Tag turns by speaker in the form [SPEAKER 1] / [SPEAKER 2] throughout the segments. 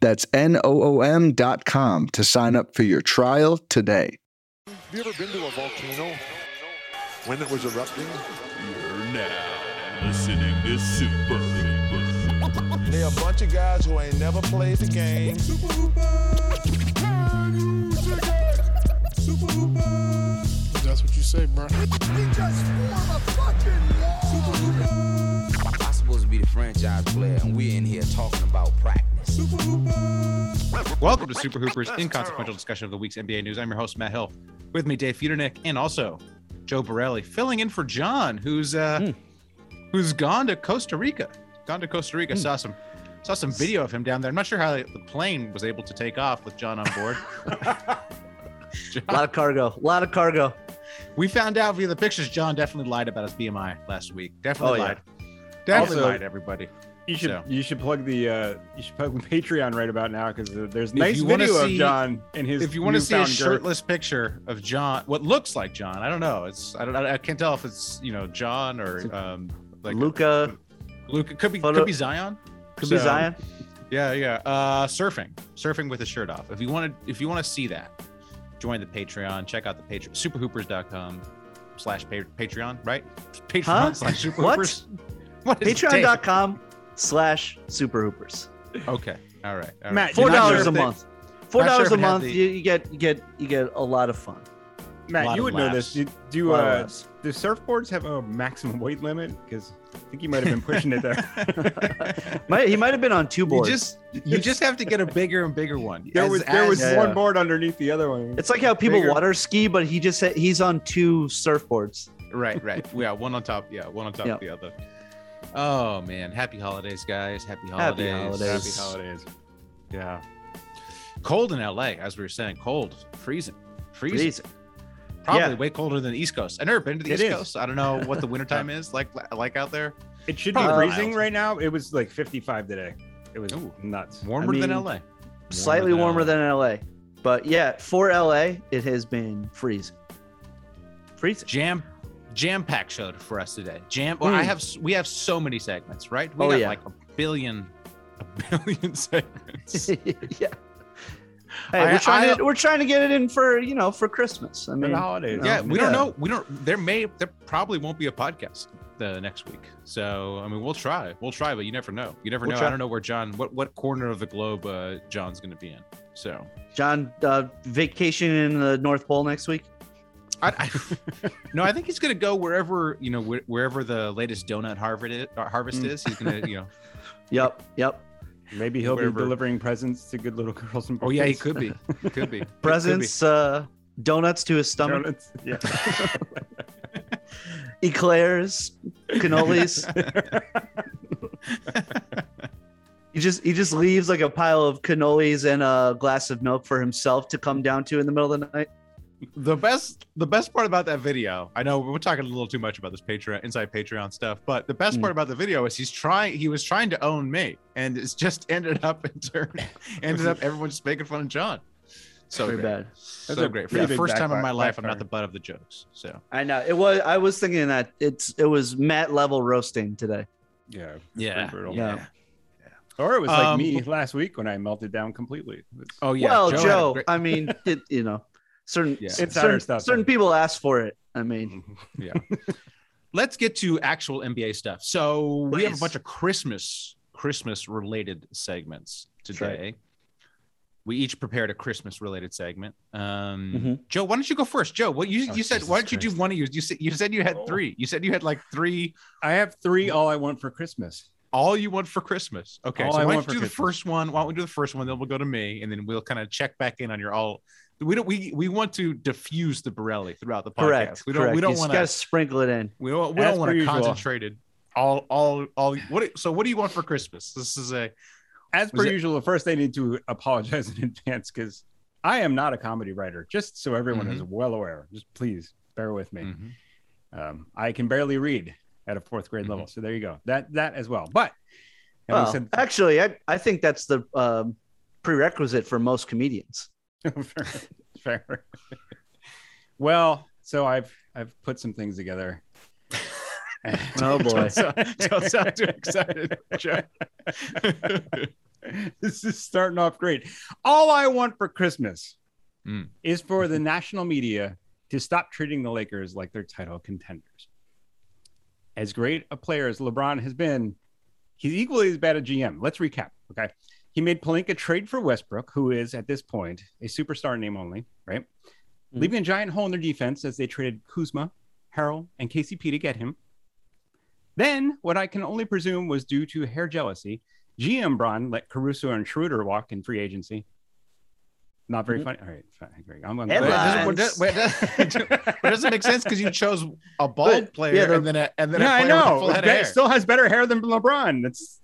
[SPEAKER 1] That's N O O M.com to sign up for your trial today.
[SPEAKER 2] Have you ever been to a volcano when it was erupting?
[SPEAKER 3] You're now listening to Super.
[SPEAKER 2] They're a bunch of guys who ain't never played the game.
[SPEAKER 4] That's what you say, bro.
[SPEAKER 5] I'm supposed to be the franchise player, and we're in here talking about practice.
[SPEAKER 6] Welcome to Super Hoopers, inconsequential discussion of the week's NBA news. I'm your host, Matt Hill. With me, Dave Feudernick, and also Joe Borelli, filling in for John, who's uh,
[SPEAKER 7] Hmm.
[SPEAKER 6] who's gone to Costa Rica. Gone to Costa Rica. Saw some saw some video of him down there. I'm not sure how the plane was able to take off with John on board.
[SPEAKER 8] A lot of cargo. A lot of cargo.
[SPEAKER 6] we found out via the pictures. John definitely lied about his BMI last week. Definitely
[SPEAKER 8] Oh, yeah.
[SPEAKER 6] lied. Definitely
[SPEAKER 7] Also-
[SPEAKER 6] lied, everybody.
[SPEAKER 7] You should
[SPEAKER 6] So.
[SPEAKER 7] you should plug the uh, you should plug Patreon right about now because there's
[SPEAKER 6] If
[SPEAKER 7] nice
[SPEAKER 6] you wanna
[SPEAKER 7] video of
[SPEAKER 6] see-
[SPEAKER 7] John and his.
[SPEAKER 6] if you want to see a
[SPEAKER 7] newfound girth.
[SPEAKER 6] shirtless picture of John, what looks like John, I don't know. It's I don't I can't tell if it's you know John or um like
[SPEAKER 8] Luca,
[SPEAKER 6] Luke it could be
[SPEAKER 8] Photo-
[SPEAKER 6] could be Zion.
[SPEAKER 8] could be
[SPEAKER 6] So,
[SPEAKER 8] Zion.
[SPEAKER 6] Yeah, yeah. Uh, surfing, surfing with his shirt off. If you want to, if you want to see that, join the Patreon. Check out the Patreon, superhoopers.com slash pa- Patreon, right? Patreon
[SPEAKER 8] Huh?
[SPEAKER 6] slash
[SPEAKER 8] What?
[SPEAKER 6] superhoopers. What? is Dave?
[SPEAKER 8] Patreon.com slash super hoopers.
[SPEAKER 6] Okay. All right. all
[SPEAKER 7] Matt,
[SPEAKER 6] right.
[SPEAKER 8] Four
[SPEAKER 7] You're not
[SPEAKER 8] dollars
[SPEAKER 7] sure
[SPEAKER 8] a
[SPEAKER 7] if they-
[SPEAKER 8] month. Four
[SPEAKER 6] not sure if it
[SPEAKER 8] dollars a
[SPEAKER 6] had
[SPEAKER 8] month,
[SPEAKER 6] the-
[SPEAKER 8] you, you get you get you get a lot of fun.
[SPEAKER 6] Lot
[SPEAKER 7] Matt, you
[SPEAKER 6] of
[SPEAKER 7] would know
[SPEAKER 6] laughs.
[SPEAKER 7] this. Do,
[SPEAKER 8] A
[SPEAKER 7] do
[SPEAKER 8] lot of
[SPEAKER 7] uh,
[SPEAKER 8] laughs.
[SPEAKER 7] do surfboards have a maximum weight limit? Because I think you might have been pushing it there.
[SPEAKER 8] Might, he might have been on two
[SPEAKER 6] You
[SPEAKER 8] boards.
[SPEAKER 6] just you just have to get a bigger and bigger one.
[SPEAKER 7] there
[SPEAKER 6] As-
[SPEAKER 7] was there was
[SPEAKER 6] as-
[SPEAKER 8] yeah,
[SPEAKER 7] one
[SPEAKER 8] yeah.
[SPEAKER 7] board underneath the other one.
[SPEAKER 8] it's like how people
[SPEAKER 7] Bigger.
[SPEAKER 8] water ski, but he just said he's on two surfboards.
[SPEAKER 6] right, right. Yeah, one on top. Yeah, one on top of the other. Oh man, happy holidays, guys. Happy holidays.
[SPEAKER 8] holidays.
[SPEAKER 6] Happy holidays.
[SPEAKER 7] yeah.
[SPEAKER 6] Cold in LA, as we were saying, cold, freezing, freezing.
[SPEAKER 8] Jeez.
[SPEAKER 6] Probably
[SPEAKER 8] Yeah.
[SPEAKER 6] way colder than the East Coast. I've never been to the
[SPEAKER 7] It
[SPEAKER 6] East
[SPEAKER 7] is.
[SPEAKER 6] Coast. I don't know what the wintertime is like like out there.
[SPEAKER 7] It should be
[SPEAKER 6] Probably
[SPEAKER 7] freezing
[SPEAKER 6] mild.
[SPEAKER 7] right now. It was like 55 today. It was
[SPEAKER 6] Ooh.
[SPEAKER 7] nuts.
[SPEAKER 6] Warmer
[SPEAKER 7] I
[SPEAKER 6] than
[SPEAKER 7] mean,
[SPEAKER 6] LA. Warmer
[SPEAKER 8] Slightly warmer than LA. But yeah, for LA, it has been freezing. Freezing.
[SPEAKER 6] jam jam pack show for us today. Jam. Well, I
[SPEAKER 8] Mm.
[SPEAKER 6] have s- we have so many segments, right? We
[SPEAKER 8] Oh,
[SPEAKER 6] got
[SPEAKER 8] yeah.
[SPEAKER 6] like a billion, a billion segments.
[SPEAKER 8] Oh, yeah. Hey,
[SPEAKER 6] I-
[SPEAKER 8] we're trying
[SPEAKER 6] I-
[SPEAKER 8] to we're trying to get it in for you know for Christmas. I
[SPEAKER 7] For
[SPEAKER 8] mean,
[SPEAKER 7] the holidays.
[SPEAKER 6] yeah, we
[SPEAKER 8] yeah.
[SPEAKER 6] don't know. We don't. There may there probably won't be a podcast the next week. So I mean, we'll try. We'll try, but you never know. You never
[SPEAKER 8] We'll
[SPEAKER 6] know.
[SPEAKER 8] try.
[SPEAKER 6] I don't know where John. What what corner of the globe uh, John's going to be in. So
[SPEAKER 8] John uh, vacation in the North Pole next week.
[SPEAKER 6] I, I, no, I think he's gonna go wherever you know where, wherever the latest donut harvest is, harvest
[SPEAKER 8] Mm.
[SPEAKER 6] is. He's gonna you know.
[SPEAKER 8] Yep, yep.
[SPEAKER 7] Maybe he'll
[SPEAKER 6] Whatever.
[SPEAKER 7] be delivering presents to good little girls and boys.
[SPEAKER 6] Oh yeah, he could be. He could be He could be.
[SPEAKER 8] Presents, uh, donuts to his stomach,
[SPEAKER 7] Donuts. Yeah.
[SPEAKER 8] eclairs, cannolis. he just he just leaves like a pile of cannolis and a glass of milk for himself to come down to in the middle of the night.
[SPEAKER 6] the best the best part about that video i know we're talking a little too much about this patreon inside patreon stuff but the best
[SPEAKER 8] Mm.
[SPEAKER 6] part about the video is he's trying he was trying to own me and it's just ended up in turn ended up everyone just making fun of john so
[SPEAKER 8] Very
[SPEAKER 6] great.
[SPEAKER 8] bad.
[SPEAKER 6] so
[SPEAKER 7] That's a
[SPEAKER 6] great for
[SPEAKER 7] pretty
[SPEAKER 6] the
[SPEAKER 7] big
[SPEAKER 6] first time in my
[SPEAKER 7] backfire-
[SPEAKER 6] life i'm not
[SPEAKER 7] backfire.
[SPEAKER 6] the butt of the jokes so
[SPEAKER 8] I know it was. I was thinking that it's it was Matt level roasting today.
[SPEAKER 7] Yeah. it's
[SPEAKER 6] yeah
[SPEAKER 7] pretty brutal.
[SPEAKER 8] Yeah.
[SPEAKER 7] Or it was like
[SPEAKER 6] Um,
[SPEAKER 7] me last week when I melted down completely. It's-
[SPEAKER 6] oh yeah
[SPEAKER 8] well,
[SPEAKER 6] had
[SPEAKER 8] Joe,
[SPEAKER 6] a great-
[SPEAKER 8] I mean, it, you know, certain
[SPEAKER 6] Yeah. Mm-hmm.
[SPEAKER 8] certain,
[SPEAKER 7] Insider stuff.
[SPEAKER 8] certain people ask for it. I mean,
[SPEAKER 6] let's get to actual NBA stuff. So we have a
[SPEAKER 8] Please.
[SPEAKER 6] bunch of Christmas Christmas related segments
[SPEAKER 8] right.
[SPEAKER 6] today. We each prepared a Christmas related segment. Um,
[SPEAKER 8] Mhm.
[SPEAKER 6] Joe, why don't you go first? Joe, what you,
[SPEAKER 7] Mm-hmm. Oh,
[SPEAKER 6] you said?
[SPEAKER 7] Jesus
[SPEAKER 6] why don't you do
[SPEAKER 7] Christ.
[SPEAKER 6] one of yours? You said you said you had
[SPEAKER 7] Oh.
[SPEAKER 6] three. You said you had like three.
[SPEAKER 7] I have three all I want for Christmas.
[SPEAKER 6] All you want for Christmas. Okay,
[SPEAKER 7] All
[SPEAKER 6] so
[SPEAKER 7] I
[SPEAKER 6] why
[SPEAKER 7] want
[SPEAKER 6] don't you
[SPEAKER 7] for
[SPEAKER 6] do the
[SPEAKER 7] Christmas.
[SPEAKER 6] first one? Why don't we do the first one? Then we'll go to me, and then we'll kind of check back in on your all. We don't. We we want to diffuse the Borelli throughout the podcast.
[SPEAKER 8] correct.
[SPEAKER 6] We don't.
[SPEAKER 8] correct.
[SPEAKER 6] We
[SPEAKER 8] You
[SPEAKER 6] don't
[SPEAKER 8] just
[SPEAKER 6] want
[SPEAKER 8] gotta sprinkle it in.
[SPEAKER 6] We don't, we
[SPEAKER 7] As
[SPEAKER 6] don't want
[SPEAKER 7] per
[SPEAKER 6] to
[SPEAKER 7] usual.
[SPEAKER 6] concentrated all all all what so what do you want for Christmas? This is a
[SPEAKER 7] as per
[SPEAKER 6] Was it-
[SPEAKER 7] usual, first I need to apologize in advance because I am not a comedy writer. Just so everyone is
[SPEAKER 6] Mm-hmm.
[SPEAKER 7] well aware, just please bear with me.
[SPEAKER 6] Mhm.
[SPEAKER 7] Um, I can barely read at a fourth
[SPEAKER 6] Mm-hmm.
[SPEAKER 7] grade level, so there you go. That that as well. But having
[SPEAKER 8] Well,
[SPEAKER 7] said-
[SPEAKER 8] actually, I, I think that's the um, prerequisite for most comedians.
[SPEAKER 7] fair. fair. well, so I've I've put some things together.
[SPEAKER 8] Oh, boy.
[SPEAKER 7] Don't sound- don't sound too
[SPEAKER 6] excited,
[SPEAKER 7] Joe. this is starting off great. All I want for Christmas
[SPEAKER 6] Mm.
[SPEAKER 7] is for the national media to stop treating the Lakers like their title contenders. As great a player as LeBron has been, he's equally as bad a GM. Let's recap. Okay. He made Palinka trade for Westbrook, who is at this point a superstar name only, right?
[SPEAKER 6] Mm-hmm.
[SPEAKER 8] Mhm.
[SPEAKER 7] Leaving a giant hole in their defense as they traded Kuzma, Harrell, and KCP to get him. Then, what I can only presume was due to hair jealousy, GM Braun let Caruso and Schroeder walk in free agency. Not very
[SPEAKER 8] Mhm.
[SPEAKER 7] funny. All right, fine, great. I'm on.
[SPEAKER 6] Wait, it
[SPEAKER 8] Headlines.
[SPEAKER 6] doesn't- Mm-hmm. wait, does- wait, does- It doesn't make sense because you chose a bald
[SPEAKER 8] But,
[SPEAKER 6] player
[SPEAKER 8] yeah, the-
[SPEAKER 6] and then a, and then
[SPEAKER 7] Yeah,
[SPEAKER 6] a
[SPEAKER 7] I
[SPEAKER 6] player with a
[SPEAKER 7] know.
[SPEAKER 6] full head of
[SPEAKER 7] It
[SPEAKER 6] hair.
[SPEAKER 7] still has better hair than LeBron. That's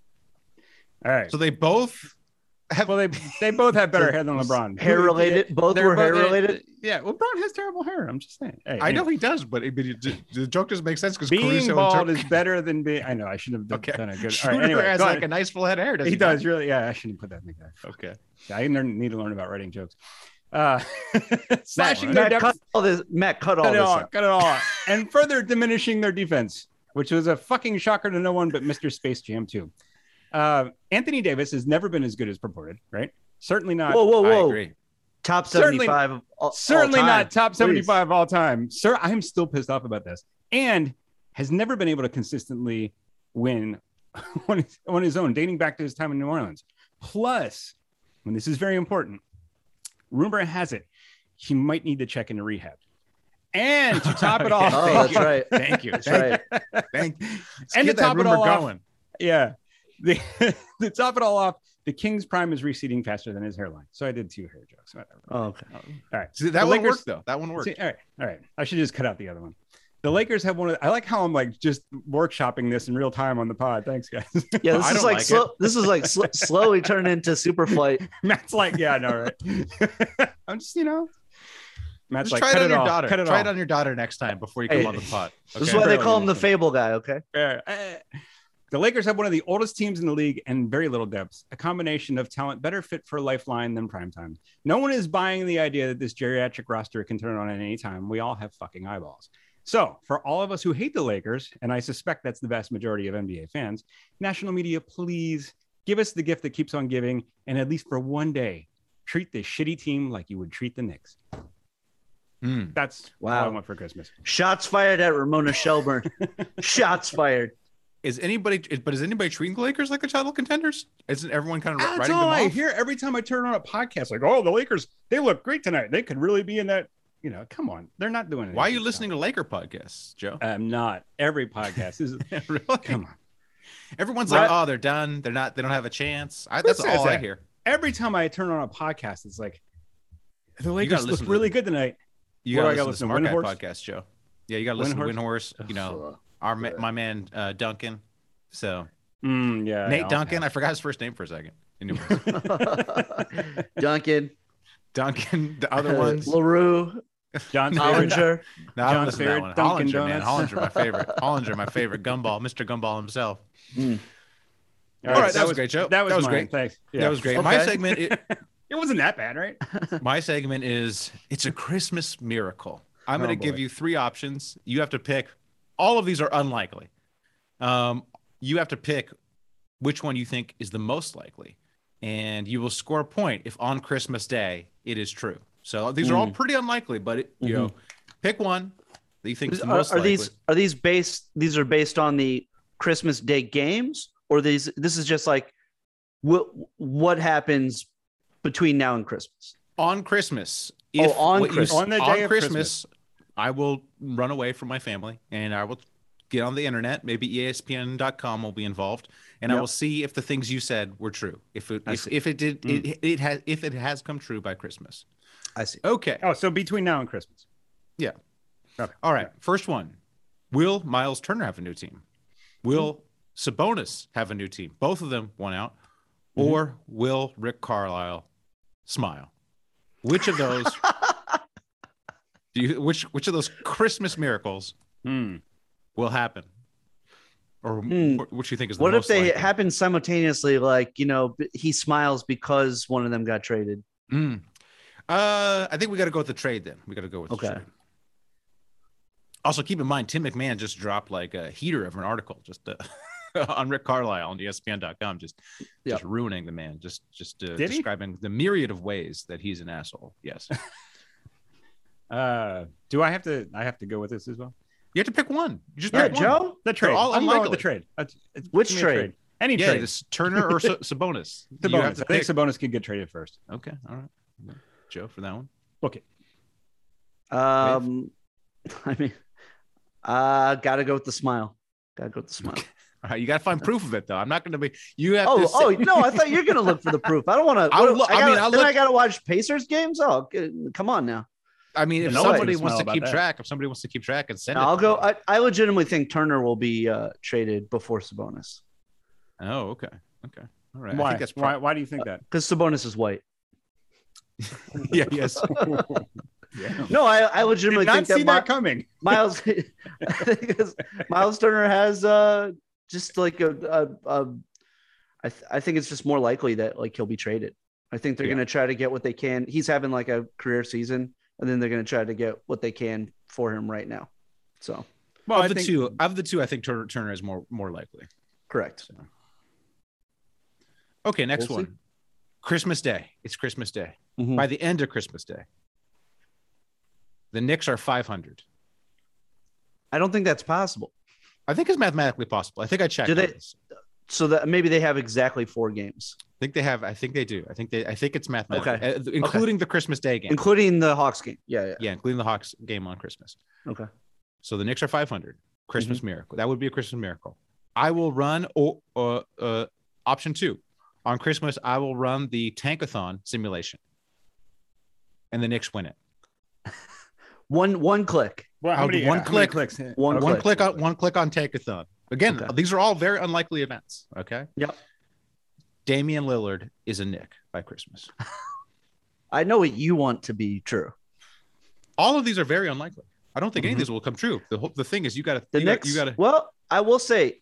[SPEAKER 7] all right.
[SPEAKER 6] so they both have
[SPEAKER 7] Well, they they both have better hair than LeBron.
[SPEAKER 8] Hair related, both
[SPEAKER 6] they're
[SPEAKER 8] were hair
[SPEAKER 6] both-
[SPEAKER 8] related.
[SPEAKER 7] Yeah, LeBron has terrible hair. I'm just saying. Hey,
[SPEAKER 6] I know
[SPEAKER 7] anyway.
[SPEAKER 6] he does, but, it, but it, the joke doesn't make sense because
[SPEAKER 7] being
[SPEAKER 6] Caruso
[SPEAKER 7] bald
[SPEAKER 6] and
[SPEAKER 7] is better than being. I know I should have done,
[SPEAKER 6] Okay.
[SPEAKER 7] done a good. All
[SPEAKER 6] Schroeder
[SPEAKER 7] right, anyway,
[SPEAKER 6] has
[SPEAKER 7] go
[SPEAKER 6] like a
[SPEAKER 7] on.
[SPEAKER 6] nice full head of hair. doesn't
[SPEAKER 7] he does really. Yeah, I shouldn't put that in there.
[SPEAKER 6] Okay.
[SPEAKER 7] Yeah, I learn- need to learn about writing jokes. Uh, slashing their
[SPEAKER 8] Matt,
[SPEAKER 7] depth
[SPEAKER 8] cut all this. Matt, cut all
[SPEAKER 7] cut it
[SPEAKER 8] this.
[SPEAKER 7] all,
[SPEAKER 8] out.
[SPEAKER 7] cut it all, out. and further diminishing their defense, which was a fucking shocker to no one but Mr. Space Jam 2. Uh, Anthony Davis has never been as good as purported, right? Certainly not.
[SPEAKER 8] Whoa, whoa,
[SPEAKER 6] I
[SPEAKER 8] whoa!
[SPEAKER 6] agree.
[SPEAKER 8] Top
[SPEAKER 7] Certainly-
[SPEAKER 8] seventy-five. of all,
[SPEAKER 7] certainly
[SPEAKER 8] all
[SPEAKER 7] not
[SPEAKER 8] time.
[SPEAKER 7] top 75 all time. Sir, I'm still pissed off about this, and has never been able to consistently win on his, on his own, dating back to his time in New Orleans. Plus, and this is very important, rumor has it he might need to check into rehab. And to top it all,
[SPEAKER 8] Oh, that's right.
[SPEAKER 7] Thank you.
[SPEAKER 8] That's right.
[SPEAKER 6] Thank you.
[SPEAKER 7] And to
[SPEAKER 6] Get that
[SPEAKER 7] top it
[SPEAKER 6] rumor
[SPEAKER 7] all off-
[SPEAKER 6] going.
[SPEAKER 7] Yeah. The, to top it all off, the king's prime is receding faster than his hairline. So I did two hair jokes. Whatever.
[SPEAKER 8] Oh, okay.
[SPEAKER 7] All right.
[SPEAKER 6] See, that
[SPEAKER 7] The
[SPEAKER 6] one
[SPEAKER 7] Lakers-
[SPEAKER 6] worked though. That one worked.
[SPEAKER 7] See, all right. All right. I should just cut out the other one. The Lakers have one of I like how I'm like just workshopping this in real time on the pod. Thanks, guys.
[SPEAKER 8] Yeah,
[SPEAKER 6] Well,
[SPEAKER 8] this
[SPEAKER 6] I
[SPEAKER 8] is
[SPEAKER 6] don't
[SPEAKER 8] like,
[SPEAKER 6] like
[SPEAKER 8] slow, this is like sl- slowly turning into Superflight.
[SPEAKER 7] Matt's like, yeah, I know, right? I'm just, you know. Matt's
[SPEAKER 6] Just try
[SPEAKER 7] like,
[SPEAKER 6] it
[SPEAKER 7] cut
[SPEAKER 6] on your
[SPEAKER 7] off,
[SPEAKER 6] daughter.
[SPEAKER 7] Cut it
[SPEAKER 6] try
[SPEAKER 7] off.
[SPEAKER 6] it on your daughter next time before you come
[SPEAKER 8] Hey.
[SPEAKER 6] on the pot.
[SPEAKER 8] This is
[SPEAKER 7] Okay.
[SPEAKER 8] why they
[SPEAKER 7] Barely
[SPEAKER 8] call him the
[SPEAKER 7] anything.
[SPEAKER 8] Fable guy. Okay.
[SPEAKER 7] Yeah. Eh. The Lakers have one of the oldest teams in the league and very little depth, a combination of talent better fit for lifeline than primetime. No one is buying the idea that this geriatric roster can turn it on at any time. We all have fucking eyeballs. So, for all of us who hate the Lakers, and I suspect that's the vast majority of NBA fans, national media, please give us the gift that keeps on giving. And at least for one day, treat this shitty team like you would treat the Knicks.
[SPEAKER 6] Hmm.
[SPEAKER 7] That's all
[SPEAKER 8] Wow.
[SPEAKER 7] I want for Christmas.
[SPEAKER 8] Shots fired at Ramona Shelburne. Shots fired.
[SPEAKER 6] Is anybody? is- But is anybody treating the Lakers like the title contenders? Isn't everyone kind of
[SPEAKER 7] That's
[SPEAKER 6] writing them
[SPEAKER 7] all I
[SPEAKER 6] off?
[SPEAKER 7] hear every time I turn on a podcast. Like, oh, the Lakers, they look great tonight. They could really be in that. You know, come on, they're not doing it.
[SPEAKER 6] Why are you listening to Laker podcasts, Joe?
[SPEAKER 7] I'm not. Every podcast is.
[SPEAKER 6] really?
[SPEAKER 7] come on.
[SPEAKER 6] Everyone's
[SPEAKER 7] Right.
[SPEAKER 6] like, oh, they're done. They're not. They don't have a chance. I, that's
[SPEAKER 7] Who says
[SPEAKER 6] all I
[SPEAKER 7] that?
[SPEAKER 6] hear.
[SPEAKER 7] Every time I turn on a podcast, it's like the
[SPEAKER 6] gotta
[SPEAKER 7] Lakers look
[SPEAKER 6] listen to
[SPEAKER 7] really
[SPEAKER 6] the-
[SPEAKER 7] good tonight.
[SPEAKER 6] You
[SPEAKER 7] What do
[SPEAKER 6] gotta
[SPEAKER 7] I gotta
[SPEAKER 6] listen to
[SPEAKER 7] listen
[SPEAKER 6] the
[SPEAKER 7] to,
[SPEAKER 6] Smart Guy podcast, Joe. Yeah, you gotta listen to Windhorse. You know, our ma- my man uh, Duncan. So
[SPEAKER 7] Mm, yeah,
[SPEAKER 6] Nate
[SPEAKER 7] I'll
[SPEAKER 6] Duncan. I
[SPEAKER 7] pass.
[SPEAKER 6] forgot his first name for a second. Anyways,
[SPEAKER 8] Duncan.
[SPEAKER 6] Duncan. The other
[SPEAKER 8] uh,
[SPEAKER 6] ones.
[SPEAKER 8] Larue,
[SPEAKER 7] John Hollinger.
[SPEAKER 8] Ollinger.
[SPEAKER 6] No, I don't
[SPEAKER 7] John
[SPEAKER 6] listen to that
[SPEAKER 7] Fair,
[SPEAKER 6] one.
[SPEAKER 7] Dunkin'
[SPEAKER 6] Hollinger, man.
[SPEAKER 7] Donuts.
[SPEAKER 6] Hollinger, my favorite. Hollinger, my favorite. Gumball, Mr. Gumball himself.
[SPEAKER 7] All
[SPEAKER 6] All right, that was a great show.
[SPEAKER 7] That was,
[SPEAKER 6] That was
[SPEAKER 7] mine.
[SPEAKER 6] great.
[SPEAKER 7] Thanks.
[SPEAKER 6] That was great. My segment. It,
[SPEAKER 7] It wasn't that bad, right?
[SPEAKER 6] my segment is it's a Christmas miracle. I'm
[SPEAKER 7] Oh,
[SPEAKER 6] going to give
[SPEAKER 7] boy.
[SPEAKER 6] you three options. You have to pick. All of these are unlikely. Um, you have to pick which one you think is the most likely, and you will score a point if on Christmas Day it is true. So these are all pretty unlikely, but it, you know, pick one that you think is the
[SPEAKER 8] Are,
[SPEAKER 6] most
[SPEAKER 8] are
[SPEAKER 6] likely.
[SPEAKER 8] these are these based? These are based on the Christmas Day games, or these? This is just like what what happens between now and Christmas.
[SPEAKER 6] on Christmas.
[SPEAKER 8] Oh,
[SPEAKER 6] If
[SPEAKER 8] on
[SPEAKER 6] what you-
[SPEAKER 8] Christmas.
[SPEAKER 7] On the day of Christmas.
[SPEAKER 6] I will run away from my family and I will get on the internet. Maybe E ESPN.com will be involved, and I
[SPEAKER 8] Yep.
[SPEAKER 6] will see if the things you said were true. If it
[SPEAKER 8] I
[SPEAKER 6] if,
[SPEAKER 8] see. Mm.
[SPEAKER 6] if it did it, it has if it has come true by Christmas.
[SPEAKER 8] I see.
[SPEAKER 6] Okay.
[SPEAKER 7] Oh, so between now and Christmas.
[SPEAKER 6] All right. First one. Will Miles
[SPEAKER 8] Hmm.
[SPEAKER 6] Turner have a new team? Will Sabonis have a new team? Both of them won out.
[SPEAKER 8] Mm-hmm.
[SPEAKER 6] or will Rick Carlisle smile? Which of those do you which which of those Christmas miracles
[SPEAKER 7] Hmm.
[SPEAKER 6] will happen? Or
[SPEAKER 8] Hmm.
[SPEAKER 6] wh- what you think is the
[SPEAKER 8] What if
[SPEAKER 6] most
[SPEAKER 8] they
[SPEAKER 6] likely?
[SPEAKER 8] happen simultaneously? Like you know, b- he smiles because one of them got traded.
[SPEAKER 6] Mm. Uh, I think we got to go with the trade then. We got to go with
[SPEAKER 8] Okay.
[SPEAKER 6] the trade. Also, keep in mind, Tim McMahon just dropped like a heater of an article just uh, on Rick Carlisle on E ESPN.com, just
[SPEAKER 8] Yeah.
[SPEAKER 6] just ruining the man, just just uh,
[SPEAKER 7] Did he?
[SPEAKER 6] describing the myriad of ways that he's an asshole. Yes, you
[SPEAKER 7] Uh, do I have to? I have to go with this as well.
[SPEAKER 6] have to pick one. You just
[SPEAKER 8] Yeah,
[SPEAKER 6] pick one.
[SPEAKER 8] Joe.
[SPEAKER 7] The trade.
[SPEAKER 6] all
[SPEAKER 7] I'm going with the
[SPEAKER 6] unlikely.
[SPEAKER 7] trade. That's- it's-
[SPEAKER 8] Which
[SPEAKER 7] give me a
[SPEAKER 8] trade?
[SPEAKER 7] Any
[SPEAKER 6] Yeah,
[SPEAKER 7] trade.
[SPEAKER 6] this Turner or Sa- Sabonis. You
[SPEAKER 7] Sabonis. I
[SPEAKER 6] have to
[SPEAKER 7] think
[SPEAKER 6] pick.
[SPEAKER 7] Sabonis could get traded first.
[SPEAKER 6] Okay, all right. Joe for that one.
[SPEAKER 8] Um, I mean, uh, gotta go with the smile. Gotta go with the smile.
[SPEAKER 6] All right, you got to find proof of it though. I'm not going to be. You have
[SPEAKER 8] Oh,
[SPEAKER 6] to.
[SPEAKER 8] oh no! I thought you're gonna look for the proof. I don't want to.
[SPEAKER 6] I'll look- I
[SPEAKER 8] I, gotta-
[SPEAKER 6] mean, I'll
[SPEAKER 8] then
[SPEAKER 6] look-
[SPEAKER 8] I gotta watch Pacers games. Oh, g- come on now.
[SPEAKER 6] I mean, if
[SPEAKER 7] No one can
[SPEAKER 6] somebody wants
[SPEAKER 7] smile
[SPEAKER 6] to
[SPEAKER 7] about
[SPEAKER 6] keep
[SPEAKER 7] that.
[SPEAKER 6] track, if somebody wants to keep track and send
[SPEAKER 8] No,
[SPEAKER 6] it,
[SPEAKER 8] I'll
[SPEAKER 6] to
[SPEAKER 8] go.
[SPEAKER 6] me.
[SPEAKER 8] I, I legitimately think Turner will be uh, traded before Sabonis
[SPEAKER 6] Oh, okay. Okay. All right. I
[SPEAKER 7] Why?
[SPEAKER 6] think that's
[SPEAKER 7] why?
[SPEAKER 6] probably
[SPEAKER 7] Why do you think that?
[SPEAKER 8] because Sabonis is white.
[SPEAKER 6] yeah, yes.
[SPEAKER 8] No, I, I
[SPEAKER 7] Did
[SPEAKER 8] legitimately
[SPEAKER 7] not
[SPEAKER 8] think
[SPEAKER 7] see
[SPEAKER 8] that, Mi-
[SPEAKER 7] that coming.
[SPEAKER 8] Miles because Miles Turner has uh, just like a, a, a I, th- I think it's just more likely that like he'll be traded. I think they're
[SPEAKER 6] Yeah.
[SPEAKER 8] gonna try to get what they can. He's having like a career season, and then they're gonna try to get what they can for him right now. So
[SPEAKER 7] Well,
[SPEAKER 6] of the two, of the two, I think Turner, Turner is more more likely.
[SPEAKER 8] correct.
[SPEAKER 6] Okay, next
[SPEAKER 8] We'll see.
[SPEAKER 6] one. Christmas Day. It's Christmas Day.
[SPEAKER 8] Mhm.
[SPEAKER 6] By the end of Christmas Day, the Knicks are 500.
[SPEAKER 8] I don't think that's possible.
[SPEAKER 6] I think it's mathematically possible. I think I checked.
[SPEAKER 8] Do they-
[SPEAKER 6] on this.
[SPEAKER 8] So that maybe they have exactly four games,
[SPEAKER 6] I think they have. I think they do. I think they. I think it's mathematical, uh, including the Christmas Day game.
[SPEAKER 8] including the Hawks game. Yeah, yeah.
[SPEAKER 6] yeah, including the Hawks game on Christmas.
[SPEAKER 8] Okay. Mm-hmm.
[SPEAKER 6] So the Knicks are 500. Christmas miracle. That would be a Christmas miracle. I will run or uh, uh, option two on Christmas. I will run the Tankathon simulation, and the Knicks win it.
[SPEAKER 8] One one click.
[SPEAKER 7] Well, how
[SPEAKER 6] I'll do
[SPEAKER 7] many,
[SPEAKER 6] one
[SPEAKER 7] how many
[SPEAKER 6] click.
[SPEAKER 7] clicks?
[SPEAKER 8] One
[SPEAKER 7] Okay.
[SPEAKER 6] One click on one click on Tankathon. Again,
[SPEAKER 8] Okay.
[SPEAKER 6] these are all very unlikely events. Okay.
[SPEAKER 8] Yep.
[SPEAKER 6] Damian Lillard is a Nick by Christmas.
[SPEAKER 8] I know what you want to be true.
[SPEAKER 6] All of these are very unlikely. I don't think any of these will come true. The whole, the thing is, you got to
[SPEAKER 8] Mm-hmm. The
[SPEAKER 6] you
[SPEAKER 8] next,
[SPEAKER 6] got to
[SPEAKER 8] well, I will say,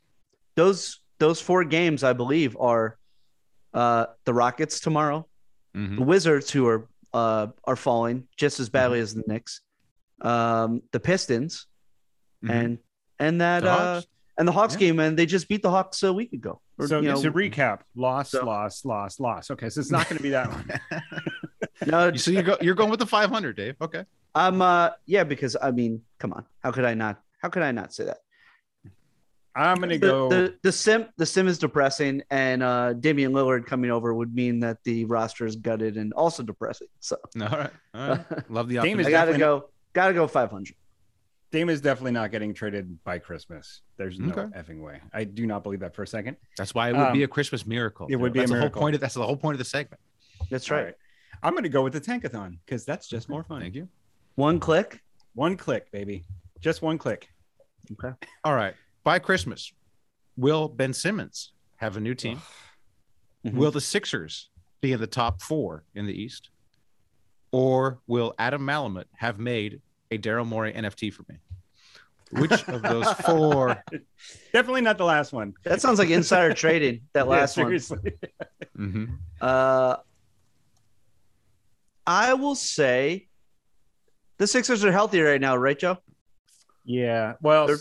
[SPEAKER 8] those those four games I believe are uh, the Rockets tomorrow,
[SPEAKER 6] mm-hmm.
[SPEAKER 8] the Wizards who are uh, are falling just as badly
[SPEAKER 6] Mm-hmm.
[SPEAKER 8] as the Knicks, um, the Pistons,
[SPEAKER 6] Mhm.
[SPEAKER 8] and and that
[SPEAKER 6] The
[SPEAKER 8] uh,
[SPEAKER 6] Hawks.
[SPEAKER 8] and the Hawks
[SPEAKER 6] Yeah.
[SPEAKER 8] game, and they just beat the Hawks a week ago. Or,
[SPEAKER 7] So
[SPEAKER 8] you know,
[SPEAKER 7] to recap, loss,
[SPEAKER 8] So-
[SPEAKER 7] loss, loss, loss. Okay, so it's not going to be that one.
[SPEAKER 8] no,
[SPEAKER 6] So you go, you're going with the 500, Dave. Okay.
[SPEAKER 8] I'm uh, yeah, because I mean, come on, how could I not? How could I not say that?
[SPEAKER 7] I'm going to
[SPEAKER 8] the,
[SPEAKER 7] go.
[SPEAKER 8] The, the sim the sim is depressing, and uh, Damian Lillard coming over would mean that the roster is gutted and also depressing. So
[SPEAKER 6] No, all right. All right. Love the
[SPEAKER 7] Dame
[SPEAKER 6] optimism.
[SPEAKER 7] is
[SPEAKER 8] I gotta
[SPEAKER 7] definitely-
[SPEAKER 8] go, gotta go five hundred.
[SPEAKER 7] Dame is definitely not getting traded by Christmas. There's no
[SPEAKER 6] Okay.
[SPEAKER 7] effing way. I do not believe that for a second.
[SPEAKER 6] That's why it would be
[SPEAKER 7] Um,
[SPEAKER 6] a Christmas miracle.
[SPEAKER 7] it would be
[SPEAKER 6] that's
[SPEAKER 7] a
[SPEAKER 6] the
[SPEAKER 7] miracle.
[SPEAKER 6] Whole point of, that's the whole point of the segment.
[SPEAKER 8] That's
[SPEAKER 7] All
[SPEAKER 8] right.
[SPEAKER 7] I'm going to go with the tankathon because that's just more fun.
[SPEAKER 6] Thank you.
[SPEAKER 8] One click.
[SPEAKER 7] One click, baby. Just one click.
[SPEAKER 6] All right. By Christmas, will Ben Simmons have a new team? Mm-hmm.
[SPEAKER 8] Mhm.
[SPEAKER 6] Will the Sixers be in the top four in the East? Or will Adam Malamut have made a Daryl Morey NFT for me? Which of those four?
[SPEAKER 7] Definitely not the last one.
[SPEAKER 8] That sounds like insider trading. That last
[SPEAKER 7] yeah,
[SPEAKER 8] one.
[SPEAKER 7] seriously.
[SPEAKER 6] Mhm.
[SPEAKER 8] Uh, I will say, the Sixers are healthy right now, right, Joe?
[SPEAKER 7] Yeah. Well,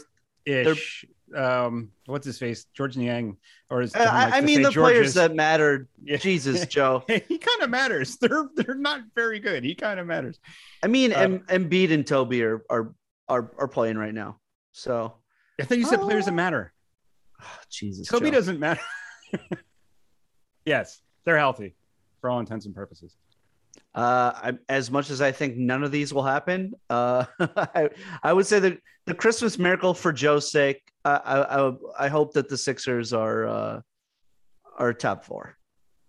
[SPEAKER 7] ish. um, what's his face? George Niang, or is
[SPEAKER 8] Uh, I, I mean, the players that mattered. Jesus, Joe.
[SPEAKER 7] he kind of matters. They're they're not very good. He kind of matters.
[SPEAKER 8] I mean,
[SPEAKER 7] Uh,
[SPEAKER 8] M- Embiid and Toby are are are, are playing right now. So
[SPEAKER 7] I thought you said
[SPEAKER 8] Oh.
[SPEAKER 7] players that matter.
[SPEAKER 6] Ah,
[SPEAKER 8] Jesus,
[SPEAKER 7] Kobe
[SPEAKER 8] Joe.
[SPEAKER 7] doesn't matter. yes, they're healthy for all intents and purposes.
[SPEAKER 8] Uh, I, as much as I think none of these will happen, uh, I, I would say that the Christmas miracle for Joe's sake, I, I, I, I hope that the Sixers are uh, are top four.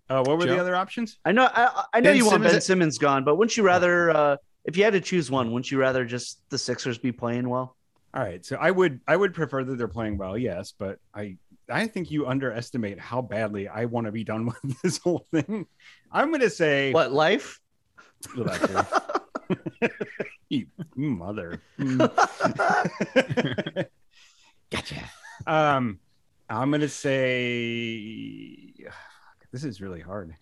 [SPEAKER 7] Uh, what were
[SPEAKER 6] Joe?
[SPEAKER 7] the other options?
[SPEAKER 8] I know, I, I know
[SPEAKER 6] Ben
[SPEAKER 8] you want
[SPEAKER 6] Simmons-
[SPEAKER 8] Ben Simmons gone, but wouldn't you rather, uh, if you had to choose one, wouldn't you rather just the Sixers be playing well?
[SPEAKER 7] All right, so I would I would prefer that they're playing well, yes, but I I think you underestimate how badly I want to be done with this whole thing. I'm going to say
[SPEAKER 8] What life?
[SPEAKER 7] Look at you. you mother. Mm. gotcha. Um, I'm gonna say this is really hard.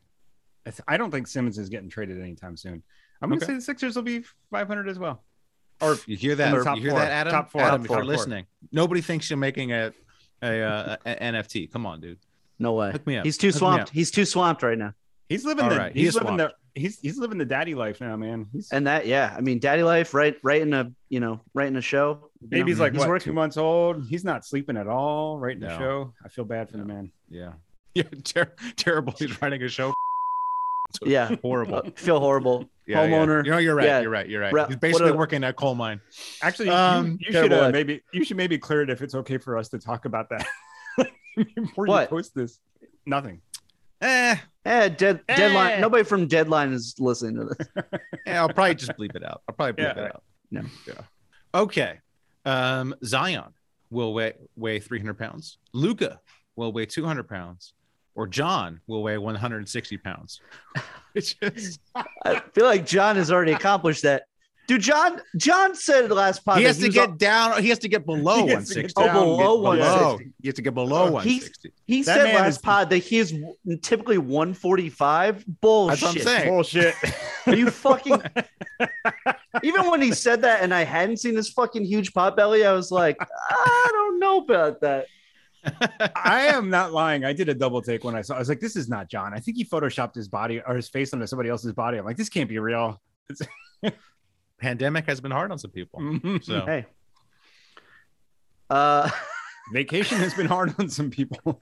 [SPEAKER 7] I th- I don't think Simmons is getting traded anytime soon. I'm gonna
[SPEAKER 6] Okay.
[SPEAKER 7] say the Sixers will be 500 as well.
[SPEAKER 6] Or you hear that?
[SPEAKER 7] Or top
[SPEAKER 6] you hear
[SPEAKER 7] four.
[SPEAKER 6] that, Adam?
[SPEAKER 7] Top four.
[SPEAKER 6] Adam,
[SPEAKER 7] Top
[SPEAKER 6] if
[SPEAKER 7] four.
[SPEAKER 6] you're listening, nobody thinks you're making a a, uh, a NFT. Come on, dude.
[SPEAKER 8] No way.
[SPEAKER 6] Hook me up.
[SPEAKER 8] He's too
[SPEAKER 6] Hook me
[SPEAKER 8] swamped.
[SPEAKER 6] up.
[SPEAKER 8] He's too swamped right now.
[SPEAKER 7] He's living
[SPEAKER 6] All
[SPEAKER 7] the
[SPEAKER 6] right, he
[SPEAKER 7] he's
[SPEAKER 6] is
[SPEAKER 7] living the he's he's living the daddy life now, man. He's
[SPEAKER 8] And that, yeah, I mean, daddy life, right? Right in a, you know, right in a show. you know?
[SPEAKER 7] baby's like
[SPEAKER 8] he's
[SPEAKER 7] what
[SPEAKER 8] working.
[SPEAKER 7] two months old. He's not sleeping at all right in the
[SPEAKER 6] No.
[SPEAKER 7] show. I feel bad for the man.
[SPEAKER 6] Yeah. Yeah. Ter- terrible. He's writing a show.
[SPEAKER 8] Yeah,
[SPEAKER 6] Horrible.
[SPEAKER 8] Uh, feel horrible.
[SPEAKER 6] Yeah, yeah.
[SPEAKER 8] homeowner.
[SPEAKER 6] You know, you're right.
[SPEAKER 8] Yeah.
[SPEAKER 6] You're right. You're right.
[SPEAKER 8] Ra-
[SPEAKER 6] He's basically
[SPEAKER 8] what a-
[SPEAKER 6] working at a coal mine.
[SPEAKER 7] Actually, you-
[SPEAKER 6] Um,
[SPEAKER 7] you, should
[SPEAKER 8] terrible
[SPEAKER 7] uh,
[SPEAKER 8] life.
[SPEAKER 7] maybe you should maybe clear it if it's okay for us to talk about that before you
[SPEAKER 8] What?
[SPEAKER 7] post this. Nothing.
[SPEAKER 6] Eh.
[SPEAKER 8] Eh, dead,
[SPEAKER 6] Eh.
[SPEAKER 8] deadline. Nobody from Deadline is listening to this.
[SPEAKER 6] Yeah, I'll probably just bleep it out. I'll probably bleep
[SPEAKER 7] Yeah.
[SPEAKER 6] it out.
[SPEAKER 8] No.
[SPEAKER 6] Yeah. Okay. Um, Zion will weigh weigh 300 pounds. Luca will weigh 200 pounds, or John will weigh 160 pounds. It's just
[SPEAKER 8] I feel like John has already accomplished that. Dude, John, John said in the last podcast
[SPEAKER 6] he has to
[SPEAKER 8] was
[SPEAKER 6] get
[SPEAKER 8] all-
[SPEAKER 6] down. He has to get below
[SPEAKER 7] He has to get
[SPEAKER 6] 160.
[SPEAKER 7] down,
[SPEAKER 8] Oh, below
[SPEAKER 6] Below.
[SPEAKER 8] 160.
[SPEAKER 6] You have to get below
[SPEAKER 8] He's-
[SPEAKER 6] 160.
[SPEAKER 8] he
[SPEAKER 7] That
[SPEAKER 8] said
[SPEAKER 7] man
[SPEAKER 8] last
[SPEAKER 7] is-
[SPEAKER 8] pod that he is typically 145. Bullshit.
[SPEAKER 6] That's what I'm saying.
[SPEAKER 7] Bullshit.
[SPEAKER 8] Are you fucking? Even when he said that, and I hadn't seen this fucking huge pot belly, I was like, I don't know about that.
[SPEAKER 7] I am not lying. I did a double take when I saw. I was like, "This is not John. I think he photoshopped his body or his face onto somebody else's body." I'm like, "This can't be real."
[SPEAKER 6] Pandemic has been hard on some people.
[SPEAKER 7] Mm-hmm.
[SPEAKER 6] So
[SPEAKER 8] Hey, uh,
[SPEAKER 7] Vacation has been hard on some people.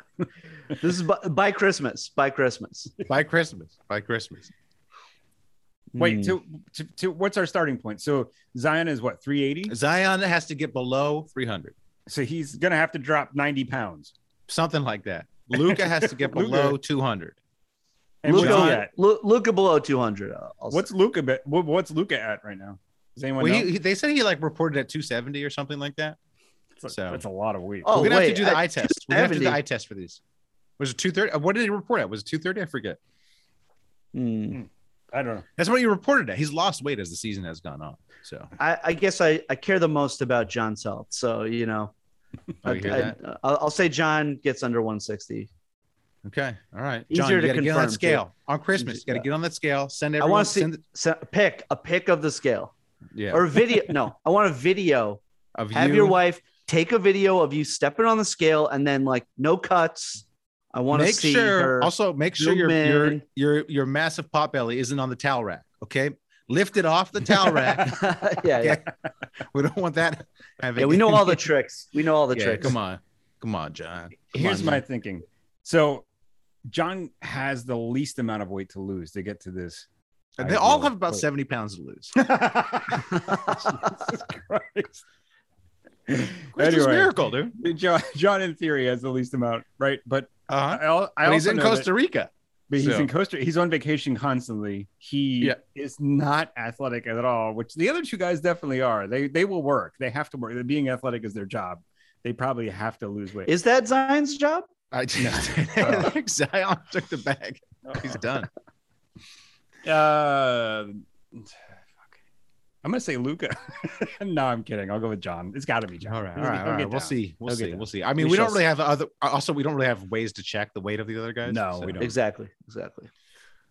[SPEAKER 8] this is by, by Christmas. By Christmas.
[SPEAKER 6] by Christmas, by Christmas,
[SPEAKER 7] Wait, to, to to what's our starting point? So Zion is what 380.
[SPEAKER 6] Zion has to get below 300,
[SPEAKER 7] So he's gonna have to drop 90 pounds.
[SPEAKER 6] something like that. Luca has to get
[SPEAKER 7] Luka.
[SPEAKER 6] below 200.
[SPEAKER 7] And
[SPEAKER 6] Luka-
[SPEAKER 7] what's he
[SPEAKER 8] Luca,
[SPEAKER 7] at?
[SPEAKER 8] Luca below 200. I'll- I'll say.
[SPEAKER 7] What's Luca? be- what- What's Luca at right now? Does anyone
[SPEAKER 6] Well,
[SPEAKER 7] know?
[SPEAKER 6] he, he- they said he like reported at 270 or something like that.
[SPEAKER 7] It's a-
[SPEAKER 6] so-
[SPEAKER 7] That's a lot of weight.
[SPEAKER 8] Oh,
[SPEAKER 6] We're gonna
[SPEAKER 8] wait,
[SPEAKER 6] have to do the
[SPEAKER 8] I-
[SPEAKER 6] eye test. We're gonna have to do the
[SPEAKER 8] 270.
[SPEAKER 6] eye test for these. Was it 230? What did he report at? Was it 230? I forget.
[SPEAKER 8] Hmm.
[SPEAKER 7] I don't know.
[SPEAKER 6] That's what he reported at. He's lost weight as the season has gone on. So
[SPEAKER 8] I, I guess I, I care the most about John Salt. So, you know,
[SPEAKER 6] I Oh, hear that.
[SPEAKER 8] will I'll say John gets under 160.
[SPEAKER 6] Okay. All right.
[SPEAKER 8] Easier
[SPEAKER 6] John, you
[SPEAKER 8] to
[SPEAKER 6] gotta get on
[SPEAKER 8] confirm,
[SPEAKER 6] that
[SPEAKER 8] too.
[SPEAKER 6] scale on Christmas. You gotta
[SPEAKER 8] Yeah.
[SPEAKER 6] get on that scale. Send
[SPEAKER 8] I
[SPEAKER 6] everyone.
[SPEAKER 8] want to see
[SPEAKER 6] send the-
[SPEAKER 8] so- a pick, a pick of the scale
[SPEAKER 6] yeah.
[SPEAKER 8] or a video. no, I want a video.
[SPEAKER 6] of
[SPEAKER 8] Have your wife take a video of you stepping on the scale and then, like, no cuts. I want to
[SPEAKER 6] Make
[SPEAKER 8] see
[SPEAKER 6] sure.
[SPEAKER 8] her.
[SPEAKER 6] Also, make sure your,
[SPEAKER 8] zoom
[SPEAKER 6] your
[SPEAKER 8] in.
[SPEAKER 6] your your massive pot belly isn't on the towel rack. Okay. Lift it off the towel rack.
[SPEAKER 8] yeah, yeah.
[SPEAKER 6] Okay. We don't want that. having
[SPEAKER 8] Yeah, we know all
[SPEAKER 6] any-
[SPEAKER 8] the tricks. We know all the
[SPEAKER 6] Yeah,
[SPEAKER 8] tricks.
[SPEAKER 6] Come on. Come on, John. Come
[SPEAKER 7] Here's
[SPEAKER 6] on,
[SPEAKER 7] my
[SPEAKER 6] man.
[SPEAKER 7] thinking. So John has the least amount of weight to lose to get to this.
[SPEAKER 6] They
[SPEAKER 7] I
[SPEAKER 6] all
[SPEAKER 7] will
[SPEAKER 6] have about
[SPEAKER 7] wait.
[SPEAKER 6] 70 pounds to lose.
[SPEAKER 7] Jesus Christ.
[SPEAKER 6] Christmas
[SPEAKER 7] Anyway.
[SPEAKER 6] miracle, dude.
[SPEAKER 7] John, John, in theory, has the least amount, right? But
[SPEAKER 6] Uh-huh.
[SPEAKER 7] I, al- I
[SPEAKER 6] But
[SPEAKER 7] also
[SPEAKER 6] he's in
[SPEAKER 7] know that-
[SPEAKER 6] Costa Rica.
[SPEAKER 7] but he's
[SPEAKER 6] so-
[SPEAKER 7] in Costa. He's on vacation constantly. He
[SPEAKER 6] Yeah.
[SPEAKER 7] is not athletic at all, which the other two guys definitely are. They they will work. They have to work. Being athletic is their job. They probably have to lose weight.
[SPEAKER 8] Is that Zion's job?
[SPEAKER 6] I
[SPEAKER 8] uh,
[SPEAKER 6] just Zion took the bag.
[SPEAKER 7] Oh.
[SPEAKER 6] He's done.
[SPEAKER 7] Uh, fuck. I'm gonna say Luca. no, I'm kidding. I'll go with John. It's got to be John.
[SPEAKER 6] All right, all
[SPEAKER 7] He'll
[SPEAKER 6] right,
[SPEAKER 7] get-
[SPEAKER 6] all
[SPEAKER 7] he'll
[SPEAKER 6] right.
[SPEAKER 7] get
[SPEAKER 6] We'll
[SPEAKER 7] down.
[SPEAKER 6] see. We'll
[SPEAKER 7] He'll get
[SPEAKER 6] see.
[SPEAKER 7] down.
[SPEAKER 6] We'll see. I mean,
[SPEAKER 8] We
[SPEAKER 6] we
[SPEAKER 8] shall
[SPEAKER 6] don't really have other. Also, we don't really have ways to check the weight of the other guys.
[SPEAKER 7] No, we don't.
[SPEAKER 8] Exactly. Exactly.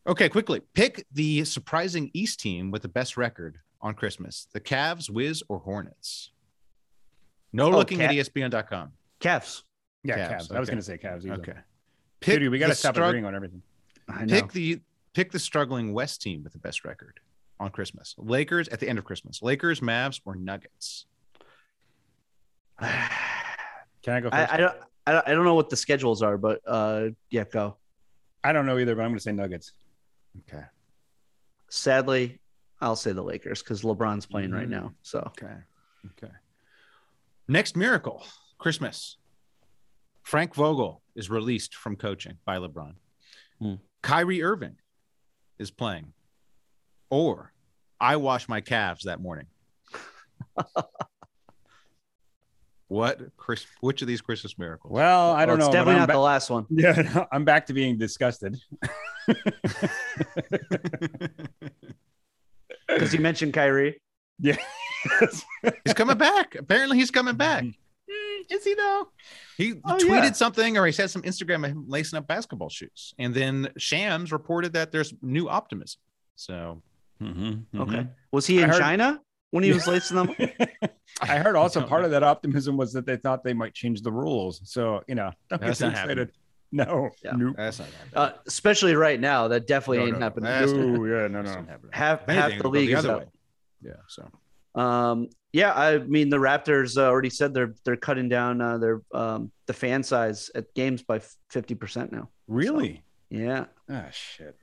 [SPEAKER 6] Okay, quickly pick the surprising East team with the best record on Christmas: the Cavs, Wiz, or Hornets. No
[SPEAKER 8] Oh,
[SPEAKER 6] looking
[SPEAKER 8] Ca-
[SPEAKER 6] at E ESPN.com.
[SPEAKER 8] Cavs.
[SPEAKER 7] Yeah,
[SPEAKER 6] Cavs,
[SPEAKER 7] Cavs. I was
[SPEAKER 6] okay.
[SPEAKER 7] gonna say Cavs.
[SPEAKER 6] Okay.
[SPEAKER 7] Okay. Dude, we gotta
[SPEAKER 6] the
[SPEAKER 7] stop
[SPEAKER 6] strug-
[SPEAKER 7] agreeing on everything.
[SPEAKER 8] I know.
[SPEAKER 6] Pick the pick the struggling West team with the best record on Christmas. Lakers at the end of Christmas. Lakers, Mavs, or Nuggets.
[SPEAKER 7] Can I go first?
[SPEAKER 8] I, I don't. I don't- I don't know what the schedules are, but uh, yeah, go.
[SPEAKER 7] I don't know either, but I'm gonna say Nuggets.
[SPEAKER 6] Okay.
[SPEAKER 8] Sadly, I'll say the Lakers because LeBron's playing
[SPEAKER 7] Mm.
[SPEAKER 8] right now. So
[SPEAKER 6] Okay. Okay. Next miracle, Christmas. Frank Vogel is released from coaching by LeBron.
[SPEAKER 8] Hmm.
[SPEAKER 6] Kyrie Irving is playing. Or I wash my calves that morning. What Chris? Which of these Christmas miracles?
[SPEAKER 7] Well, I don't
[SPEAKER 8] Well, it's
[SPEAKER 7] know. but
[SPEAKER 8] definitely
[SPEAKER 7] I'm
[SPEAKER 8] not
[SPEAKER 7] ba-
[SPEAKER 8] the last one.
[SPEAKER 7] Yeah, no, I'm back to being disgusted.
[SPEAKER 8] Because you mentioned Kyrie.
[SPEAKER 6] He's coming back. Apparently, he's coming back.
[SPEAKER 7] Mm-hmm.
[SPEAKER 6] Mm, is he though? He
[SPEAKER 8] Oh,
[SPEAKER 6] tweeted
[SPEAKER 8] yeah.
[SPEAKER 6] something, or he said some Instagram of him lacing up basketball shoes, and then Shams reported that there's new optimism. So
[SPEAKER 7] Mm-hmm,
[SPEAKER 8] Okay. Was he
[SPEAKER 7] I
[SPEAKER 8] in
[SPEAKER 7] heard-
[SPEAKER 8] China when he was lacing them?
[SPEAKER 7] mm-hmm. I heard also
[SPEAKER 6] don't
[SPEAKER 7] part of that optimism was that they thought they might change the rules. So, you know, don't
[SPEAKER 6] That's
[SPEAKER 7] get too
[SPEAKER 6] not happening.
[SPEAKER 7] excited. No.
[SPEAKER 8] Yeah.
[SPEAKER 7] Nope.
[SPEAKER 6] that's not happening.
[SPEAKER 8] Uh, especially right now, that definitely
[SPEAKER 6] No,
[SPEAKER 8] ain't
[SPEAKER 6] no,
[SPEAKER 8] happening.
[SPEAKER 6] that's not-
[SPEAKER 7] Ooh, yeah, no,
[SPEAKER 6] that's
[SPEAKER 7] no.
[SPEAKER 6] not happening.
[SPEAKER 8] half
[SPEAKER 6] If anything,
[SPEAKER 8] half the
[SPEAKER 6] it'll go
[SPEAKER 8] league
[SPEAKER 6] the
[SPEAKER 8] is
[SPEAKER 6] other
[SPEAKER 8] out.
[SPEAKER 6] way. Yeah. So
[SPEAKER 8] Um, yeah, I mean the Raptors uh, already said they're they're cutting down uh, their um, the fan size at games by fifty percent now.
[SPEAKER 7] Really?
[SPEAKER 8] Yeah,
[SPEAKER 7] Ah, shit.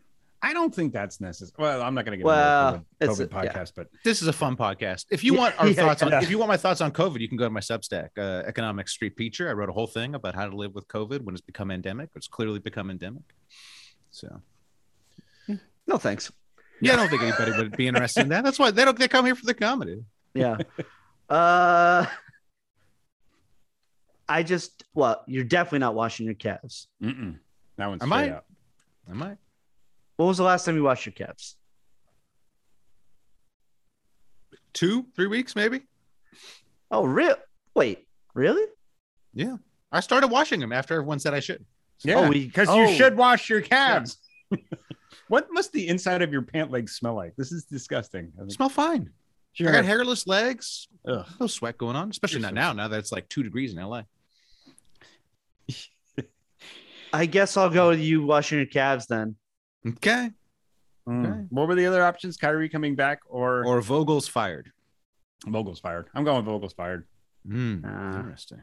[SPEAKER 7] I don't think that's necessary. Well, I'm not going to get
[SPEAKER 8] Well,
[SPEAKER 7] into a
[SPEAKER 8] it's-
[SPEAKER 7] COVID, COVID
[SPEAKER 8] yeah.
[SPEAKER 7] podcast, but
[SPEAKER 6] this is a fun podcast. If you want our
[SPEAKER 8] Yeah,
[SPEAKER 6] thoughts on,
[SPEAKER 7] yeah.
[SPEAKER 6] if you want my thoughts on COVID, you can go to my Substack, uh, Economic Street Preacher. I wrote a whole thing about how to live with COVID when it's become endemic. It's clearly become endemic. So
[SPEAKER 8] no thanks.
[SPEAKER 6] yeah, I don't think anybody would be interested in that. That's why they don't. They come here for the comedy.
[SPEAKER 8] Yeah, uh, I just well, you're definitely not washing your calves.
[SPEAKER 7] mm-mm. that one's
[SPEAKER 6] Am
[SPEAKER 7] straight
[SPEAKER 6] I-
[SPEAKER 7] up.
[SPEAKER 6] Am I?
[SPEAKER 8] When was the last time you washed your calves?
[SPEAKER 6] Two, three weeks maybe.
[SPEAKER 8] Oh, real? Wait, really?
[SPEAKER 6] I started washing them after everyone said I should.
[SPEAKER 7] Yeah,
[SPEAKER 8] Oh, we-
[SPEAKER 7] because
[SPEAKER 8] oh.
[SPEAKER 7] you should wash your calves. what must the inside of your pant leg smell like? This is disgusting. I think-
[SPEAKER 6] oh, Smell fine. I
[SPEAKER 7] Sure.
[SPEAKER 6] got hairless legs.
[SPEAKER 7] Ugh.
[SPEAKER 6] No sweat going on, especially not now. Now that it's like two degrees in LA.
[SPEAKER 8] I guess I'll go with you washing your calves then.
[SPEAKER 6] Okay.
[SPEAKER 7] Mm.
[SPEAKER 6] Okay.
[SPEAKER 7] What were the other options? Kyrie coming back or,
[SPEAKER 6] Or Vogel's fired.
[SPEAKER 7] Vogel's fired? I'm going with Vogel's fired.
[SPEAKER 6] Mm,
[SPEAKER 8] Uh,
[SPEAKER 6] interesting.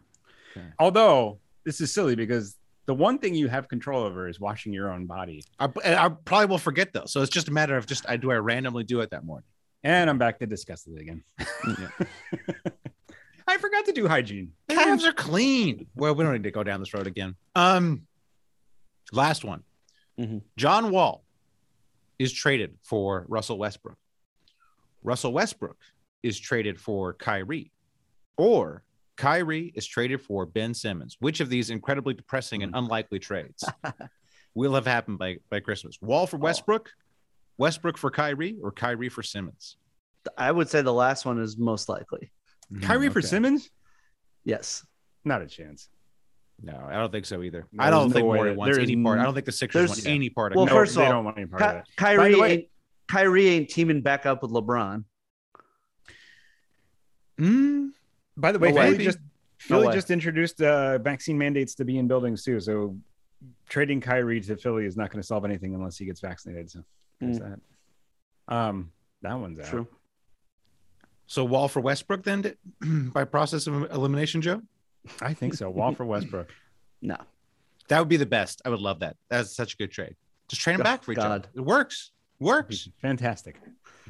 [SPEAKER 7] Although this is silly because the one thing you have control over is washing your own body.
[SPEAKER 6] I, I probably will forget though. So it's just a matter of just I do I randomly do it that morning.
[SPEAKER 7] And I'm back to disgusted again. I forgot to do hygiene.
[SPEAKER 6] Calves are clean. Well, we don't need to go down this road again. Um, last one.
[SPEAKER 7] Mm-hmm.
[SPEAKER 8] Mhm.
[SPEAKER 6] John Wall is traded for Russell Westbrook. Russell Westbrook is traded for Kyrie, or Kyrie is traded for Ben Simmons. Which of these incredibly depressing
[SPEAKER 7] Mm.
[SPEAKER 6] and unlikely trades will have happened by by Christmas? Wall
[SPEAKER 7] Oh.
[SPEAKER 6] for Westbrook, Westbrook for Kyrie, or Kyrie for Simmons?
[SPEAKER 8] I would say the last one is most likely.
[SPEAKER 7] Kyrie for
[SPEAKER 6] Mm, Okay.
[SPEAKER 7] Simmons?
[SPEAKER 8] Yes.
[SPEAKER 7] Not a chance.
[SPEAKER 6] No, I don't think so either.
[SPEAKER 7] No,
[SPEAKER 6] I don't
[SPEAKER 7] there's no
[SPEAKER 6] think
[SPEAKER 7] way
[SPEAKER 6] Morey
[SPEAKER 7] that-
[SPEAKER 6] wants
[SPEAKER 7] there's
[SPEAKER 6] any part. I
[SPEAKER 7] n-
[SPEAKER 6] don't think the Sixers want
[SPEAKER 8] there's-
[SPEAKER 6] any part of
[SPEAKER 8] Well,
[SPEAKER 6] it.
[SPEAKER 7] No,
[SPEAKER 8] first of
[SPEAKER 7] they
[SPEAKER 8] all,
[SPEAKER 7] don't want any part of
[SPEAKER 8] Ky-
[SPEAKER 7] that. By
[SPEAKER 8] Kyrie,
[SPEAKER 7] the way-
[SPEAKER 8] ain't, Kyrie ain't teaming back up with LeBron.
[SPEAKER 6] Mm,
[SPEAKER 7] By the way,
[SPEAKER 8] No way.
[SPEAKER 7] Philly just Philly
[SPEAKER 8] way.
[SPEAKER 7] just introduced uh, vaccine mandates to be in buildings too. So trading Kyrie to Philly is not going to solve anything unless he gets vaccinated. So there's that. Um, that one's out.
[SPEAKER 8] Mm. True.
[SPEAKER 6] so Wall for Westbrook then did- by process of elimination, Joe?
[SPEAKER 7] I think so. Wall for Westbrook.
[SPEAKER 8] No.
[SPEAKER 6] That would be the best. I would love that. That's such a good trade. Just trade them back for each
[SPEAKER 8] God.
[SPEAKER 6] other. It works. Works.
[SPEAKER 7] Fantastic.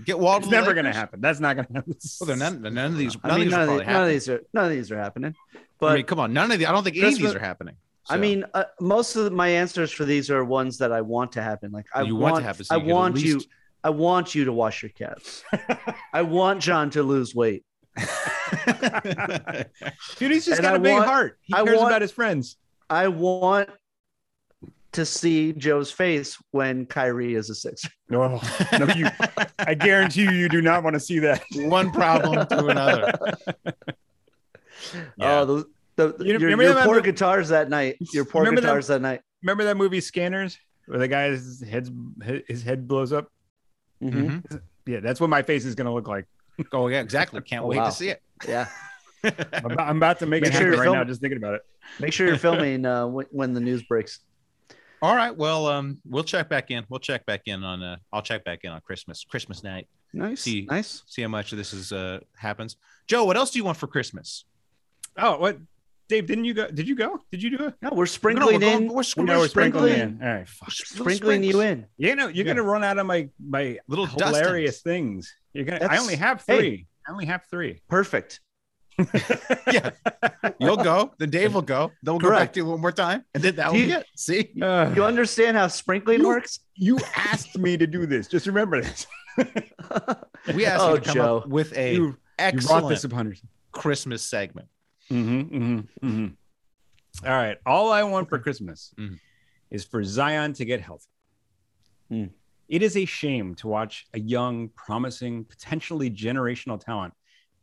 [SPEAKER 6] Get Wall.
[SPEAKER 7] It's
[SPEAKER 6] to the
[SPEAKER 7] never going to
[SPEAKER 6] Lakers.
[SPEAKER 7] happen. That's not going to happen.
[SPEAKER 6] Well, they're none, none of these. None
[SPEAKER 8] I mean,
[SPEAKER 6] of these
[SPEAKER 8] none
[SPEAKER 6] are
[SPEAKER 8] of,
[SPEAKER 6] probably
[SPEAKER 8] the, none
[SPEAKER 6] happening.
[SPEAKER 8] of these are none of these are happening.
[SPEAKER 6] I
[SPEAKER 8] But
[SPEAKER 6] mean, come on. None of the. I don't think any of these
[SPEAKER 8] Christmas-
[SPEAKER 6] are happening.
[SPEAKER 8] I
[SPEAKER 6] So,
[SPEAKER 8] mean, uh, most of my answers for these are ones that I want to happen. Like I
[SPEAKER 6] You want
[SPEAKER 8] want,
[SPEAKER 6] to happen so
[SPEAKER 8] I
[SPEAKER 6] you can at
[SPEAKER 8] want you.
[SPEAKER 6] least-
[SPEAKER 8] I want you to wash your calves. I want John to lose weight.
[SPEAKER 7] Dude, he's just
[SPEAKER 8] And
[SPEAKER 7] got
[SPEAKER 8] I
[SPEAKER 7] a big
[SPEAKER 8] want-
[SPEAKER 7] heart. He
[SPEAKER 8] I
[SPEAKER 7] cares
[SPEAKER 8] want-
[SPEAKER 7] about his friends.
[SPEAKER 8] I want to see Joe's face when Kyrie is a sixer.
[SPEAKER 7] No, no, you. I guarantee you, you do not want to see that.
[SPEAKER 6] one problem to another. Yeah.
[SPEAKER 8] Oh, the, the,
[SPEAKER 7] You
[SPEAKER 8] your,
[SPEAKER 7] remember
[SPEAKER 8] your
[SPEAKER 7] that
[SPEAKER 8] poor
[SPEAKER 7] mov-
[SPEAKER 8] guitars that night. Your poor
[SPEAKER 7] Remember that-
[SPEAKER 8] guitars that night.
[SPEAKER 7] Remember that movie Scanners, where the guy's heads his head blows up.
[SPEAKER 8] Mhm.
[SPEAKER 6] Mhm.
[SPEAKER 7] Yeah, that's what my face is going to look like.
[SPEAKER 6] Oh yeah, exactly. Can't
[SPEAKER 8] Oh,
[SPEAKER 6] wait
[SPEAKER 8] wow.
[SPEAKER 6] to see it.
[SPEAKER 8] Yeah.
[SPEAKER 7] I'm about, I'm about to make,
[SPEAKER 8] Make
[SPEAKER 7] it
[SPEAKER 8] sure
[SPEAKER 7] happen
[SPEAKER 8] you
[SPEAKER 7] right
[SPEAKER 8] film
[SPEAKER 7] now.
[SPEAKER 8] it.
[SPEAKER 7] Just thinking about it.
[SPEAKER 8] Make sure you're filming uh, when, when the news breaks.
[SPEAKER 6] All right. Well, um, we'll check back in. We'll check back in on. Uh, I'll check back in on Christmas. Christmas night.
[SPEAKER 8] Nice.
[SPEAKER 6] See-
[SPEAKER 8] Nice.
[SPEAKER 6] See how much of this is uh happens. Joe, what else do you want for Christmas?
[SPEAKER 7] Oh, what, Dave? Didn't you go? Did you go? Did you do it?
[SPEAKER 8] No, we're sprinkling
[SPEAKER 6] No, we're
[SPEAKER 8] in.
[SPEAKER 6] going- we're squ-
[SPEAKER 7] No,
[SPEAKER 6] we're
[SPEAKER 7] we're sprinkling,
[SPEAKER 8] sprinkling.
[SPEAKER 7] in. All right. Fuck.
[SPEAKER 6] sprinkling,
[SPEAKER 8] sprinkling you in.
[SPEAKER 7] You know, you're
[SPEAKER 6] Yeah.
[SPEAKER 7] gonna run out of my my
[SPEAKER 6] Little dust
[SPEAKER 7] hilarious things. You're gonna. I
[SPEAKER 8] That's-
[SPEAKER 7] only have
[SPEAKER 8] hey.
[SPEAKER 7] three. I only have three.
[SPEAKER 8] Perfect.
[SPEAKER 6] You'll go. Then Dave will go. Then we'll go back
[SPEAKER 8] Correct.
[SPEAKER 6] to you one more time, and then that
[SPEAKER 8] Do
[SPEAKER 6] will
[SPEAKER 8] you-
[SPEAKER 6] be it. See,
[SPEAKER 7] Uh,
[SPEAKER 8] You understand how sprinkling
[SPEAKER 7] You-
[SPEAKER 8] works?
[SPEAKER 7] you asked me to do this. Just remember this.
[SPEAKER 6] we asked
[SPEAKER 8] Oh,
[SPEAKER 6] you to come
[SPEAKER 8] Joe.
[SPEAKER 6] up with a
[SPEAKER 7] Oh, You, you brought
[SPEAKER 6] excellent
[SPEAKER 7] this upon yourself.
[SPEAKER 6] Christmas segment.
[SPEAKER 7] Mm-hmm, mm-hmm, mm-hmm. All right. All I want for Christmas
[SPEAKER 6] Mhm.
[SPEAKER 7] is for Zion to get healthy.
[SPEAKER 8] Mm.
[SPEAKER 7] It is a shame to watch a young, promising, potentially generational talent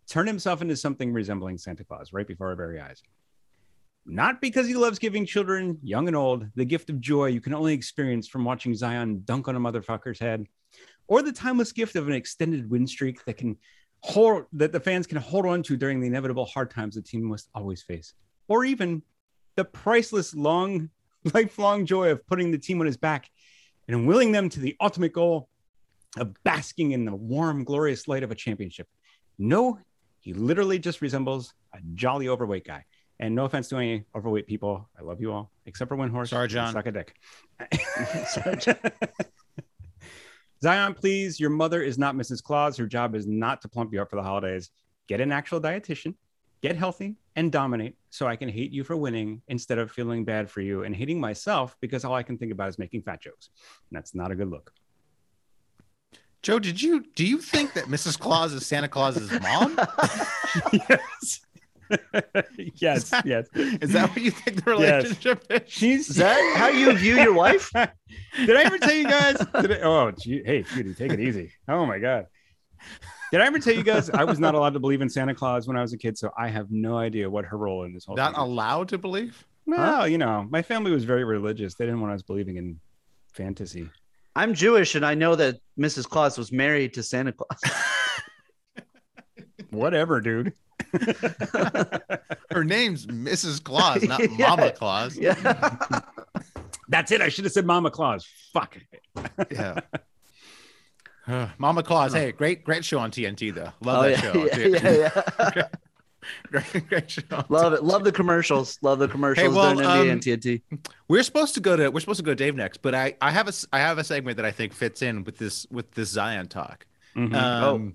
[SPEAKER 7] turn himself into something resembling Santa Claus right before our very eyes. Not because he loves giving children, young and old, the gift of joy you can only experience from watching Zion dunk on a motherfucker's head, or the timeless gift of an extended win streak that can hold that the fans can hold on to during the inevitable hard times the team must always face, or even the priceless long lifelong joy of putting the team on his back and willing them to the ultimate goal of basking in the warm glorious light of a championship no he literally just resembles a jolly overweight guy and no offense to any overweight people i love you all except for windhorse
[SPEAKER 6] Sorry,
[SPEAKER 7] You
[SPEAKER 6] John.
[SPEAKER 7] suck a dick zion please your mother is not mrs claus her job is not to plump you up for the holidays get an actual dietitian get healthy and dominate so I can hate you for winning instead of feeling bad for you and hating myself because all I can think about is making fat jokes. And that's not a good look.
[SPEAKER 6] Joe, did you do you think that Mrs. Claus is Santa Claus's mom?
[SPEAKER 7] yes. yes. Yes.
[SPEAKER 6] Is that what you think the
[SPEAKER 7] Yes.
[SPEAKER 6] relationship is?
[SPEAKER 7] She's
[SPEAKER 8] Is that how you view your wife?
[SPEAKER 7] Did I ever tell you guys? Did I, oh, gee, hey, cutie, take it easy. Oh my god. Did I ever tell you guys I was not allowed to believe in Santa Claus when I was a kid? So I have no idea what her role in this whole
[SPEAKER 6] Not
[SPEAKER 7] thing is.
[SPEAKER 6] allowed to believe?
[SPEAKER 7] Well, you know, my family was very religious. They didn't want us believing in fantasy.
[SPEAKER 8] I'm Jewish and I know that Mrs. Claus was married to Santa Claus.
[SPEAKER 7] Whatever, dude.
[SPEAKER 6] Her name's Mrs. Claus, not
[SPEAKER 8] Yeah.
[SPEAKER 6] Mama Claus. Yeah.
[SPEAKER 8] Yeah.
[SPEAKER 7] That's it. I should have said Mama Claus. Fuck.
[SPEAKER 6] Ugh, Mama Claus, hey, great, great show on TNT though. Love
[SPEAKER 8] Oh,
[SPEAKER 6] that
[SPEAKER 8] yeah,
[SPEAKER 6] show. on
[SPEAKER 8] yeah,
[SPEAKER 6] TNT.
[SPEAKER 8] yeah, yeah.
[SPEAKER 6] great, great show. on
[SPEAKER 8] Love it. Love the commercials. Love the commercials. They're
[SPEAKER 6] well,
[SPEAKER 8] in NBA
[SPEAKER 6] um,
[SPEAKER 8] and TNT.
[SPEAKER 6] We're supposed to go to we're supposed to go to Dave next, but I I have a s- I have a segment that I think fits in with this with this Zion talk.
[SPEAKER 8] Mm-hmm.
[SPEAKER 6] Um,
[SPEAKER 8] Oh.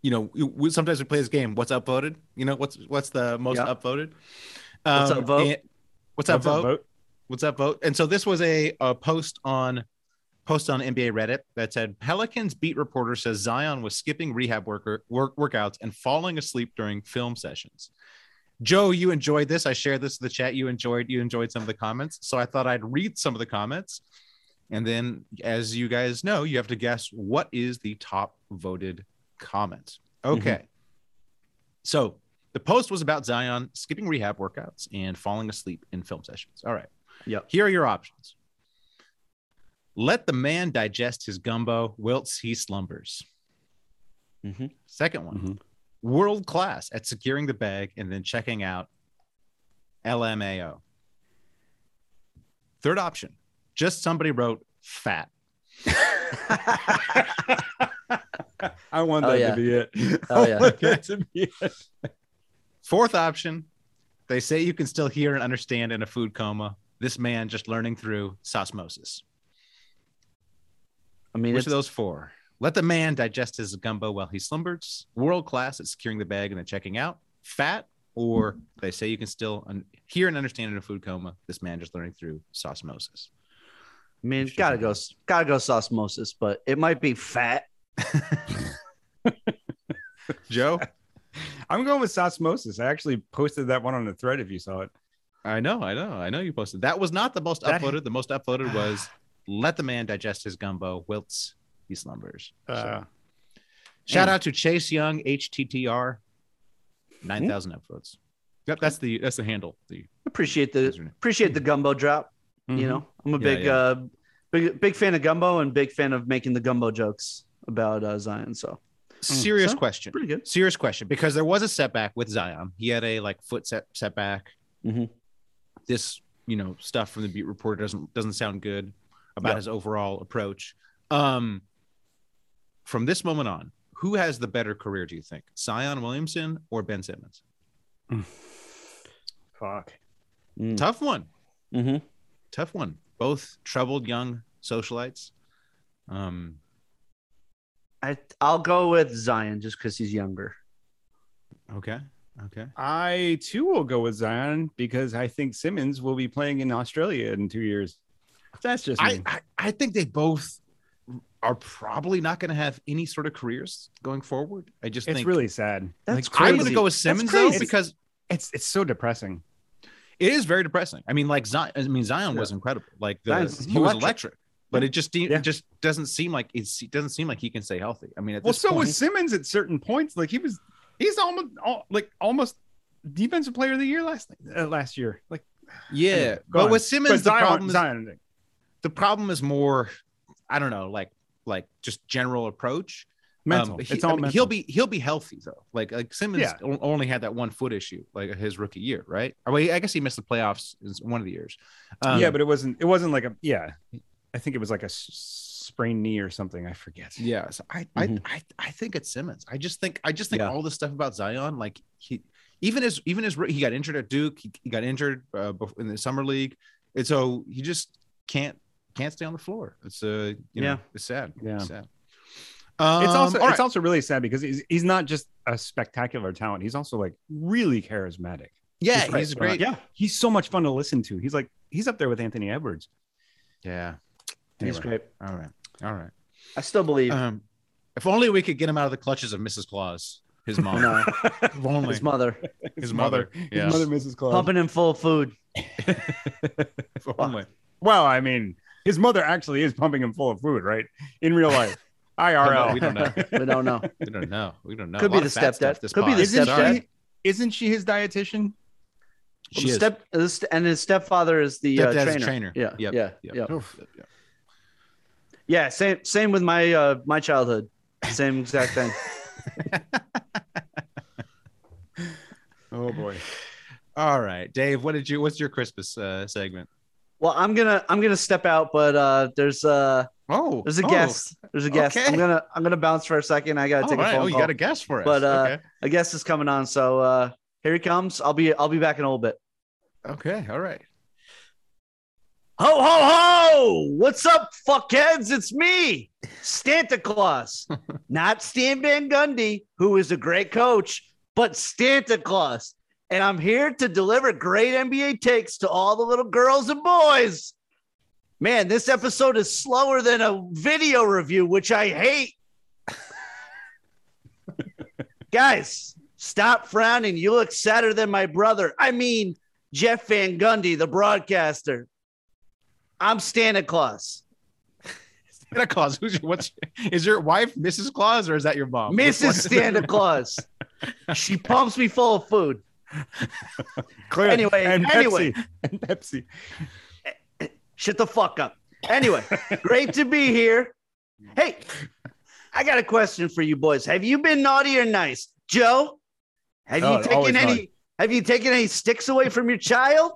[SPEAKER 6] You know, we- we, sometimes we play this game. What's upvoted? You know, what's what's the most
[SPEAKER 8] Yeah.
[SPEAKER 6] upvoted? Um,
[SPEAKER 8] What's upvote?
[SPEAKER 6] and- What's upvote? What's upvote? And so this was a, a post on post on NBA Reddit that said Pelicans beat reporter says Zion was skipping rehab worker work, workouts and falling asleep during film sessions. Joe, you enjoyed this. I shared this in the chat. You enjoyed you enjoyed some of the comments. So I thought I'd read some of the comments. And then as you guys know, you have to guess what is the top voted comment. Okay. So the post was about Zion skipping rehab workouts and falling asleep in film sessions. All right.
[SPEAKER 8] Yep.
[SPEAKER 6] Here are your options. Let the man digest his gumbo whilst he slumbers.
[SPEAKER 8] Mhm.
[SPEAKER 6] Second one,
[SPEAKER 7] Mhm.
[SPEAKER 6] world class at securing the bag and then checking out LMAO. Third option, just somebody wrote fat.
[SPEAKER 7] I want
[SPEAKER 8] Oh,
[SPEAKER 7] that
[SPEAKER 8] yeah.
[SPEAKER 7] to be it.
[SPEAKER 8] Oh, yeah.
[SPEAKER 7] I want that to be it.
[SPEAKER 6] Fourth option, they say you can still hear and understand in a food coma. This man just learning through osmosis.
[SPEAKER 8] I mean,
[SPEAKER 6] Which
[SPEAKER 8] it's,
[SPEAKER 6] of those four? Let the man digest his gumbo while he slumbers. World class at securing the bag and then checking out. Fat, or they say you can still un- hear and understand in a food coma. This man just learning through osmosis.
[SPEAKER 8] I mean, gotta go, gotta go osmosis, but it might be fat.
[SPEAKER 6] Joe,
[SPEAKER 7] I'm going with Sosmosis. I actually posted that one on the thread if you saw it.
[SPEAKER 6] I know, I know, I know you posted. That was not the most
[SPEAKER 7] That-
[SPEAKER 6] upvoted. The most upvoted was let the man digest his gumbo whilst he slumbers. So,
[SPEAKER 7] Uh,
[SPEAKER 6] shout out to Chase Young, HTTR, 9,000 upvotes. Yep, that's the that's the handle. The
[SPEAKER 8] Appreciate the
[SPEAKER 6] username.
[SPEAKER 8] appreciate the gumbo drop.
[SPEAKER 7] mhm.
[SPEAKER 8] You know, I'm a
[SPEAKER 6] Mm-hmm. Yeah,
[SPEAKER 8] big
[SPEAKER 6] yeah.
[SPEAKER 8] uh big big fan of gumbo and big fan of making the gumbo jokes about uh, Zion. So
[SPEAKER 6] serious
[SPEAKER 8] so,
[SPEAKER 6] question.
[SPEAKER 8] pretty good.
[SPEAKER 6] serious question because there was a setback with Zion. He had a like foot set setback.
[SPEAKER 8] Mhm.
[SPEAKER 6] This you know stuff from the beat reporter doesn't doesn't sound good about
[SPEAKER 8] Yeah.
[SPEAKER 6] his overall approach. Um, from this moment on, who has the better career? Do you think Zion Williamson or Ben Simmons?
[SPEAKER 7] Fuck.
[SPEAKER 6] Tough one.
[SPEAKER 8] Mhm.
[SPEAKER 6] Tough one. Both troubled young socialites. Um,
[SPEAKER 8] I I'll go with Zion just because he's younger.
[SPEAKER 6] okay. Okay.
[SPEAKER 7] I too will go with Zion because I think Simmons will be playing in Australia in two years. That's just
[SPEAKER 6] I,
[SPEAKER 7] me.
[SPEAKER 6] I, I think they both are probably not going to have any sort of careers going forward. I just
[SPEAKER 7] it's
[SPEAKER 6] think
[SPEAKER 7] really sad.
[SPEAKER 8] That's
[SPEAKER 6] I'm
[SPEAKER 8] crazy.
[SPEAKER 6] going to go with Simmons though
[SPEAKER 8] crazy.
[SPEAKER 6] because
[SPEAKER 7] It's it's so depressing.
[SPEAKER 6] It is very depressing. I mean, like Zion. I mean, Zion was incredible. Like the,
[SPEAKER 8] Zion's
[SPEAKER 6] he was
[SPEAKER 8] electric.
[SPEAKER 6] electric, but it just de-
[SPEAKER 7] Yeah.
[SPEAKER 6] it just doesn't seem like it's, it doesn't seem like he can stay healthy. I mean, at
[SPEAKER 7] Well,
[SPEAKER 6] this
[SPEAKER 7] so
[SPEAKER 6] point,
[SPEAKER 7] was Simmons at certain points. Like he was, he's almost all, like almost defensive player of the year last uh, last year. Like
[SPEAKER 6] yeah.
[SPEAKER 7] anyway, go
[SPEAKER 6] but
[SPEAKER 7] on.
[SPEAKER 6] with Simmons,
[SPEAKER 7] but
[SPEAKER 6] the
[SPEAKER 7] Zion,
[SPEAKER 6] problem is um,
[SPEAKER 7] Zion,
[SPEAKER 6] the problem is more, I don't know, like like just general approach.
[SPEAKER 7] mental.
[SPEAKER 6] Um, he-
[SPEAKER 7] it's
[SPEAKER 6] I
[SPEAKER 7] all
[SPEAKER 6] mean,
[SPEAKER 7] mental.
[SPEAKER 6] He'll be he'll be healthy though. Like like Simmons
[SPEAKER 7] Yeah.
[SPEAKER 6] o- only had that one foot issue like his rookie year, right? Or well, he- I guess he missed the playoffs is one of the years. Um,
[SPEAKER 7] yeah, but it wasn't. It wasn't like a yeah. I think it was like a s- sprained knee or something. I forget.
[SPEAKER 6] yeah, so I,
[SPEAKER 7] Mm-hmm.
[SPEAKER 8] Mhm.
[SPEAKER 6] I I I think it's Simmons. I just think I just think
[SPEAKER 8] Yeah.
[SPEAKER 6] all this stuff about Zion, like he even his even his he got injured at Duke, he, he got injured uh, bef- in the summer league, and so he just can't can't stay on the floor. It's uh you know,
[SPEAKER 8] Yeah.
[SPEAKER 6] it's sad.
[SPEAKER 7] Yeah.
[SPEAKER 6] It's sad. Um,
[SPEAKER 7] it's also
[SPEAKER 6] all right.
[SPEAKER 7] it's also really sad because he's he's not just a spectacular talent. He's also like really charismatic.
[SPEAKER 6] yeah,
[SPEAKER 7] Despite-
[SPEAKER 6] he's great.
[SPEAKER 7] Yeah, he's so much fun to listen to. He's like he's up there with Anthony Edwards.
[SPEAKER 6] Yeah.
[SPEAKER 8] He's
[SPEAKER 6] Anyway,
[SPEAKER 8] great.
[SPEAKER 6] All right. All right.
[SPEAKER 8] I still believe
[SPEAKER 6] Um, if only we could get him out of the clutches of Mrs. Claus, his mom.
[SPEAKER 8] No.
[SPEAKER 6] If only
[SPEAKER 8] his
[SPEAKER 6] his,
[SPEAKER 8] mother
[SPEAKER 6] mother. Yeah.
[SPEAKER 7] His mother, Mrs. Claus.
[SPEAKER 8] pumping him full of food.
[SPEAKER 6] If only.
[SPEAKER 7] Well, I mean, his mother actually is pumping him full of food, right? In real life, IRL.
[SPEAKER 6] We don't know.
[SPEAKER 8] We don't know.
[SPEAKER 6] We don't know. We don't know. A
[SPEAKER 8] Could be
[SPEAKER 6] lot
[SPEAKER 8] the
[SPEAKER 6] of fat stuff
[SPEAKER 8] stepdad.
[SPEAKER 6] this
[SPEAKER 8] Could be the
[SPEAKER 6] pod.
[SPEAKER 7] Isn't
[SPEAKER 6] Sorry.
[SPEAKER 8] stepdad.
[SPEAKER 7] she? Isn't she his dietitian?
[SPEAKER 8] Well,
[SPEAKER 6] She
[SPEAKER 8] the
[SPEAKER 6] is.
[SPEAKER 8] step this, and his stepfather is the uh,
[SPEAKER 6] Stepdad's
[SPEAKER 8] trainer.
[SPEAKER 6] trainer.
[SPEAKER 8] Yeah,
[SPEAKER 6] Yep,
[SPEAKER 8] yeah,
[SPEAKER 6] yep.
[SPEAKER 8] yeah,
[SPEAKER 6] Oof.
[SPEAKER 8] yeah. Same, same with my uh, my childhood. Same exact thing.
[SPEAKER 7] Oh boy.
[SPEAKER 6] All right, Dave. What did you? What's your Christmas uh, segment?
[SPEAKER 8] well, I'm gonna I'm gonna step out, but uh, there's uh
[SPEAKER 6] Oh,
[SPEAKER 8] there's a
[SPEAKER 6] oh.
[SPEAKER 8] guest. There's a guest.
[SPEAKER 6] okay.
[SPEAKER 8] I'm gonna I'm gonna bounce for a second. I gotta
[SPEAKER 6] All
[SPEAKER 8] take a
[SPEAKER 6] right.
[SPEAKER 8] phone
[SPEAKER 6] Oh, you
[SPEAKER 8] call.
[SPEAKER 6] got a guess for us.
[SPEAKER 8] But, uh, A guest is coming on, so uh, here he comes. I'll be I'll be back in a little bit.
[SPEAKER 6] okay. Okay. All right.
[SPEAKER 8] Ho ho ho! What's up, fuckheads? It's me, Santa Claus. Not Stan Van Gundy, who is a great coach, but Santa Claus. And I'm here to deliver great NBA takes to all the little girls and boys. Man, this episode is slower than a video review, which I hate. Guys, stop frowning. You look sadder than my brother. I mean, Jeff Van Gundy, the broadcaster. I'm Santa Claus.
[SPEAKER 6] Santa Claus. Who's your? What's? Is your wife Mrs. Claus or is that your mom? Which one
[SPEAKER 8] Mrs.
[SPEAKER 6] is it?
[SPEAKER 8] Santa Claus. She pumps me full of food.
[SPEAKER 7] Clear.
[SPEAKER 8] Anyway,
[SPEAKER 7] and
[SPEAKER 8] anyway.
[SPEAKER 7] Pepsi. and Pepsi.
[SPEAKER 8] Shut the fuck up. Anyway, great to be here. Hey, I got a question for you boys. Have you been naughty or nice? Joe, have you
[SPEAKER 7] Oh, always
[SPEAKER 8] taken any
[SPEAKER 7] naughty.
[SPEAKER 8] have you taken any sticks away from your child?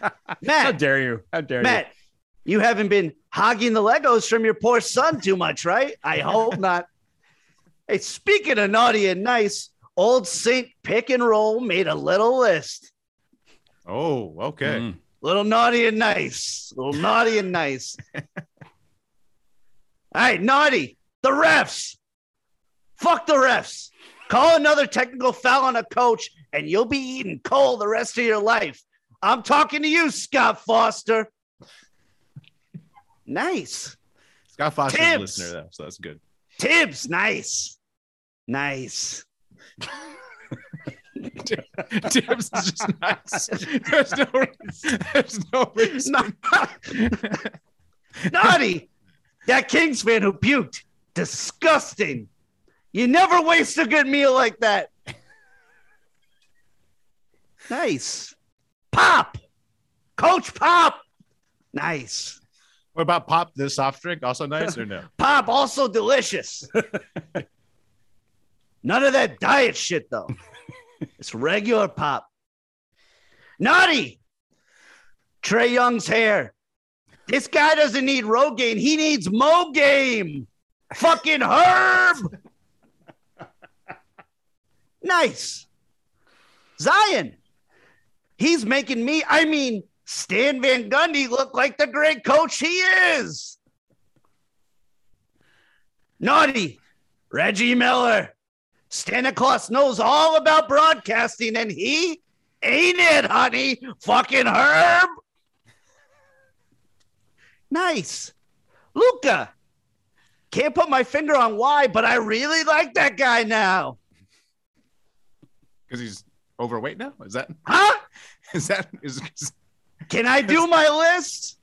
[SPEAKER 7] How
[SPEAKER 8] Matt,
[SPEAKER 7] dare you? How dare you?
[SPEAKER 8] Matt, you haven't been hogging the Legos from your poor son too much, right? I hope not. Hey, speaking of naughty and nice, old Saint Pick and Roll made a little list.
[SPEAKER 6] Oh, okay.
[SPEAKER 7] Mm.
[SPEAKER 8] Little naughty and nice. Little naughty and nice. All right, naughty. The refs. Fuck the refs. Call another technical foul on a coach, and you'll be eating coal the rest of your life. I'm talking to you, Scott Foster. Nice.
[SPEAKER 6] Scott Foster's a
[SPEAKER 8] Tibbs.
[SPEAKER 6] listener though, so that's good.
[SPEAKER 8] Tibbs, nice. Nice.
[SPEAKER 6] Tibbs is just nice. There's no, reason- there's no reason.
[SPEAKER 8] Naughty. That Kings fan who puked. Disgusting. You never waste a good meal like that. Nice. Pop. Coach Pop. Nice.
[SPEAKER 6] What about pop the soft drink? Also nice or no?
[SPEAKER 8] Pop also delicious. None of that diet shit though. It's regular pop. Naughty. Trey Young's hair. This guy doesn't need Rogaine. He needs Mogame. Fucking Herb. nice. Zion. He's making me, I mean, Stan Van Gundy look like the great coach he is. Naughty. Reggie Miller. Santa Claus knows all about broadcasting and he ain't it, honey. Fucking Herb. Nice. Luca. Can't put my finger on why, but I really like that guy now.
[SPEAKER 6] Because he's overweight now? Is that huh? Is that is, is
[SPEAKER 8] Can I do my list?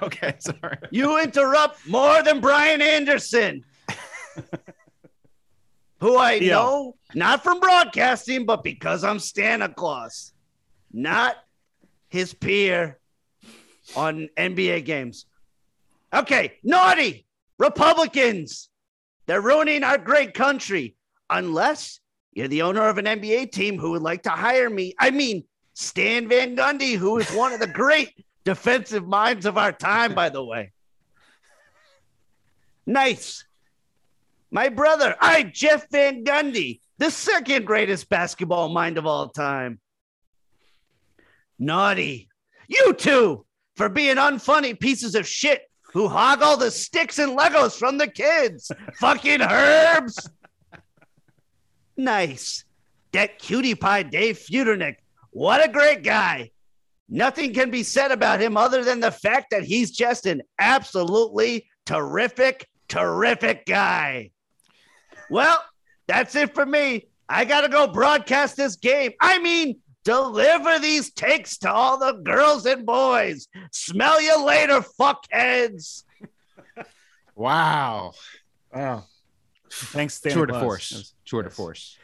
[SPEAKER 6] okay? Sorry.
[SPEAKER 8] You interrupt more than Brian Anderson, who I
[SPEAKER 7] Yeah.
[SPEAKER 8] know not from broadcasting, but because I'm Santa Claus, not his peer on NBA games. Okay, naughty Republicans. They're ruining our great country. Unless you're the owner of an NBA team who would like to hire me. I mean, Stan Van Gundy, who is one of the great defensive minds of our time, by the way. Nice. My brother, I, Jeff Van Gundy, the second greatest basketball mind of all time. Naughty. You two for being unfunny pieces of shit who hog all the sticks and Legos from the kids. Fucking herbs. Nice. That cutie pie Dave Futernick. What a great guy. Nothing can be said about him other than the fact that he's just an absolutely terrific, terrific guy. Well, that's it for me. I got to go broadcast this game. I mean, deliver these takes to all the girls and boys. Smell you later, fuckheads.
[SPEAKER 6] Wow.
[SPEAKER 7] Wow. Thanks, Santa
[SPEAKER 6] Tour de
[SPEAKER 7] Claus. That
[SPEAKER 6] force.
[SPEAKER 7] was-
[SPEAKER 6] Tour de
[SPEAKER 7] yes.
[SPEAKER 6] force.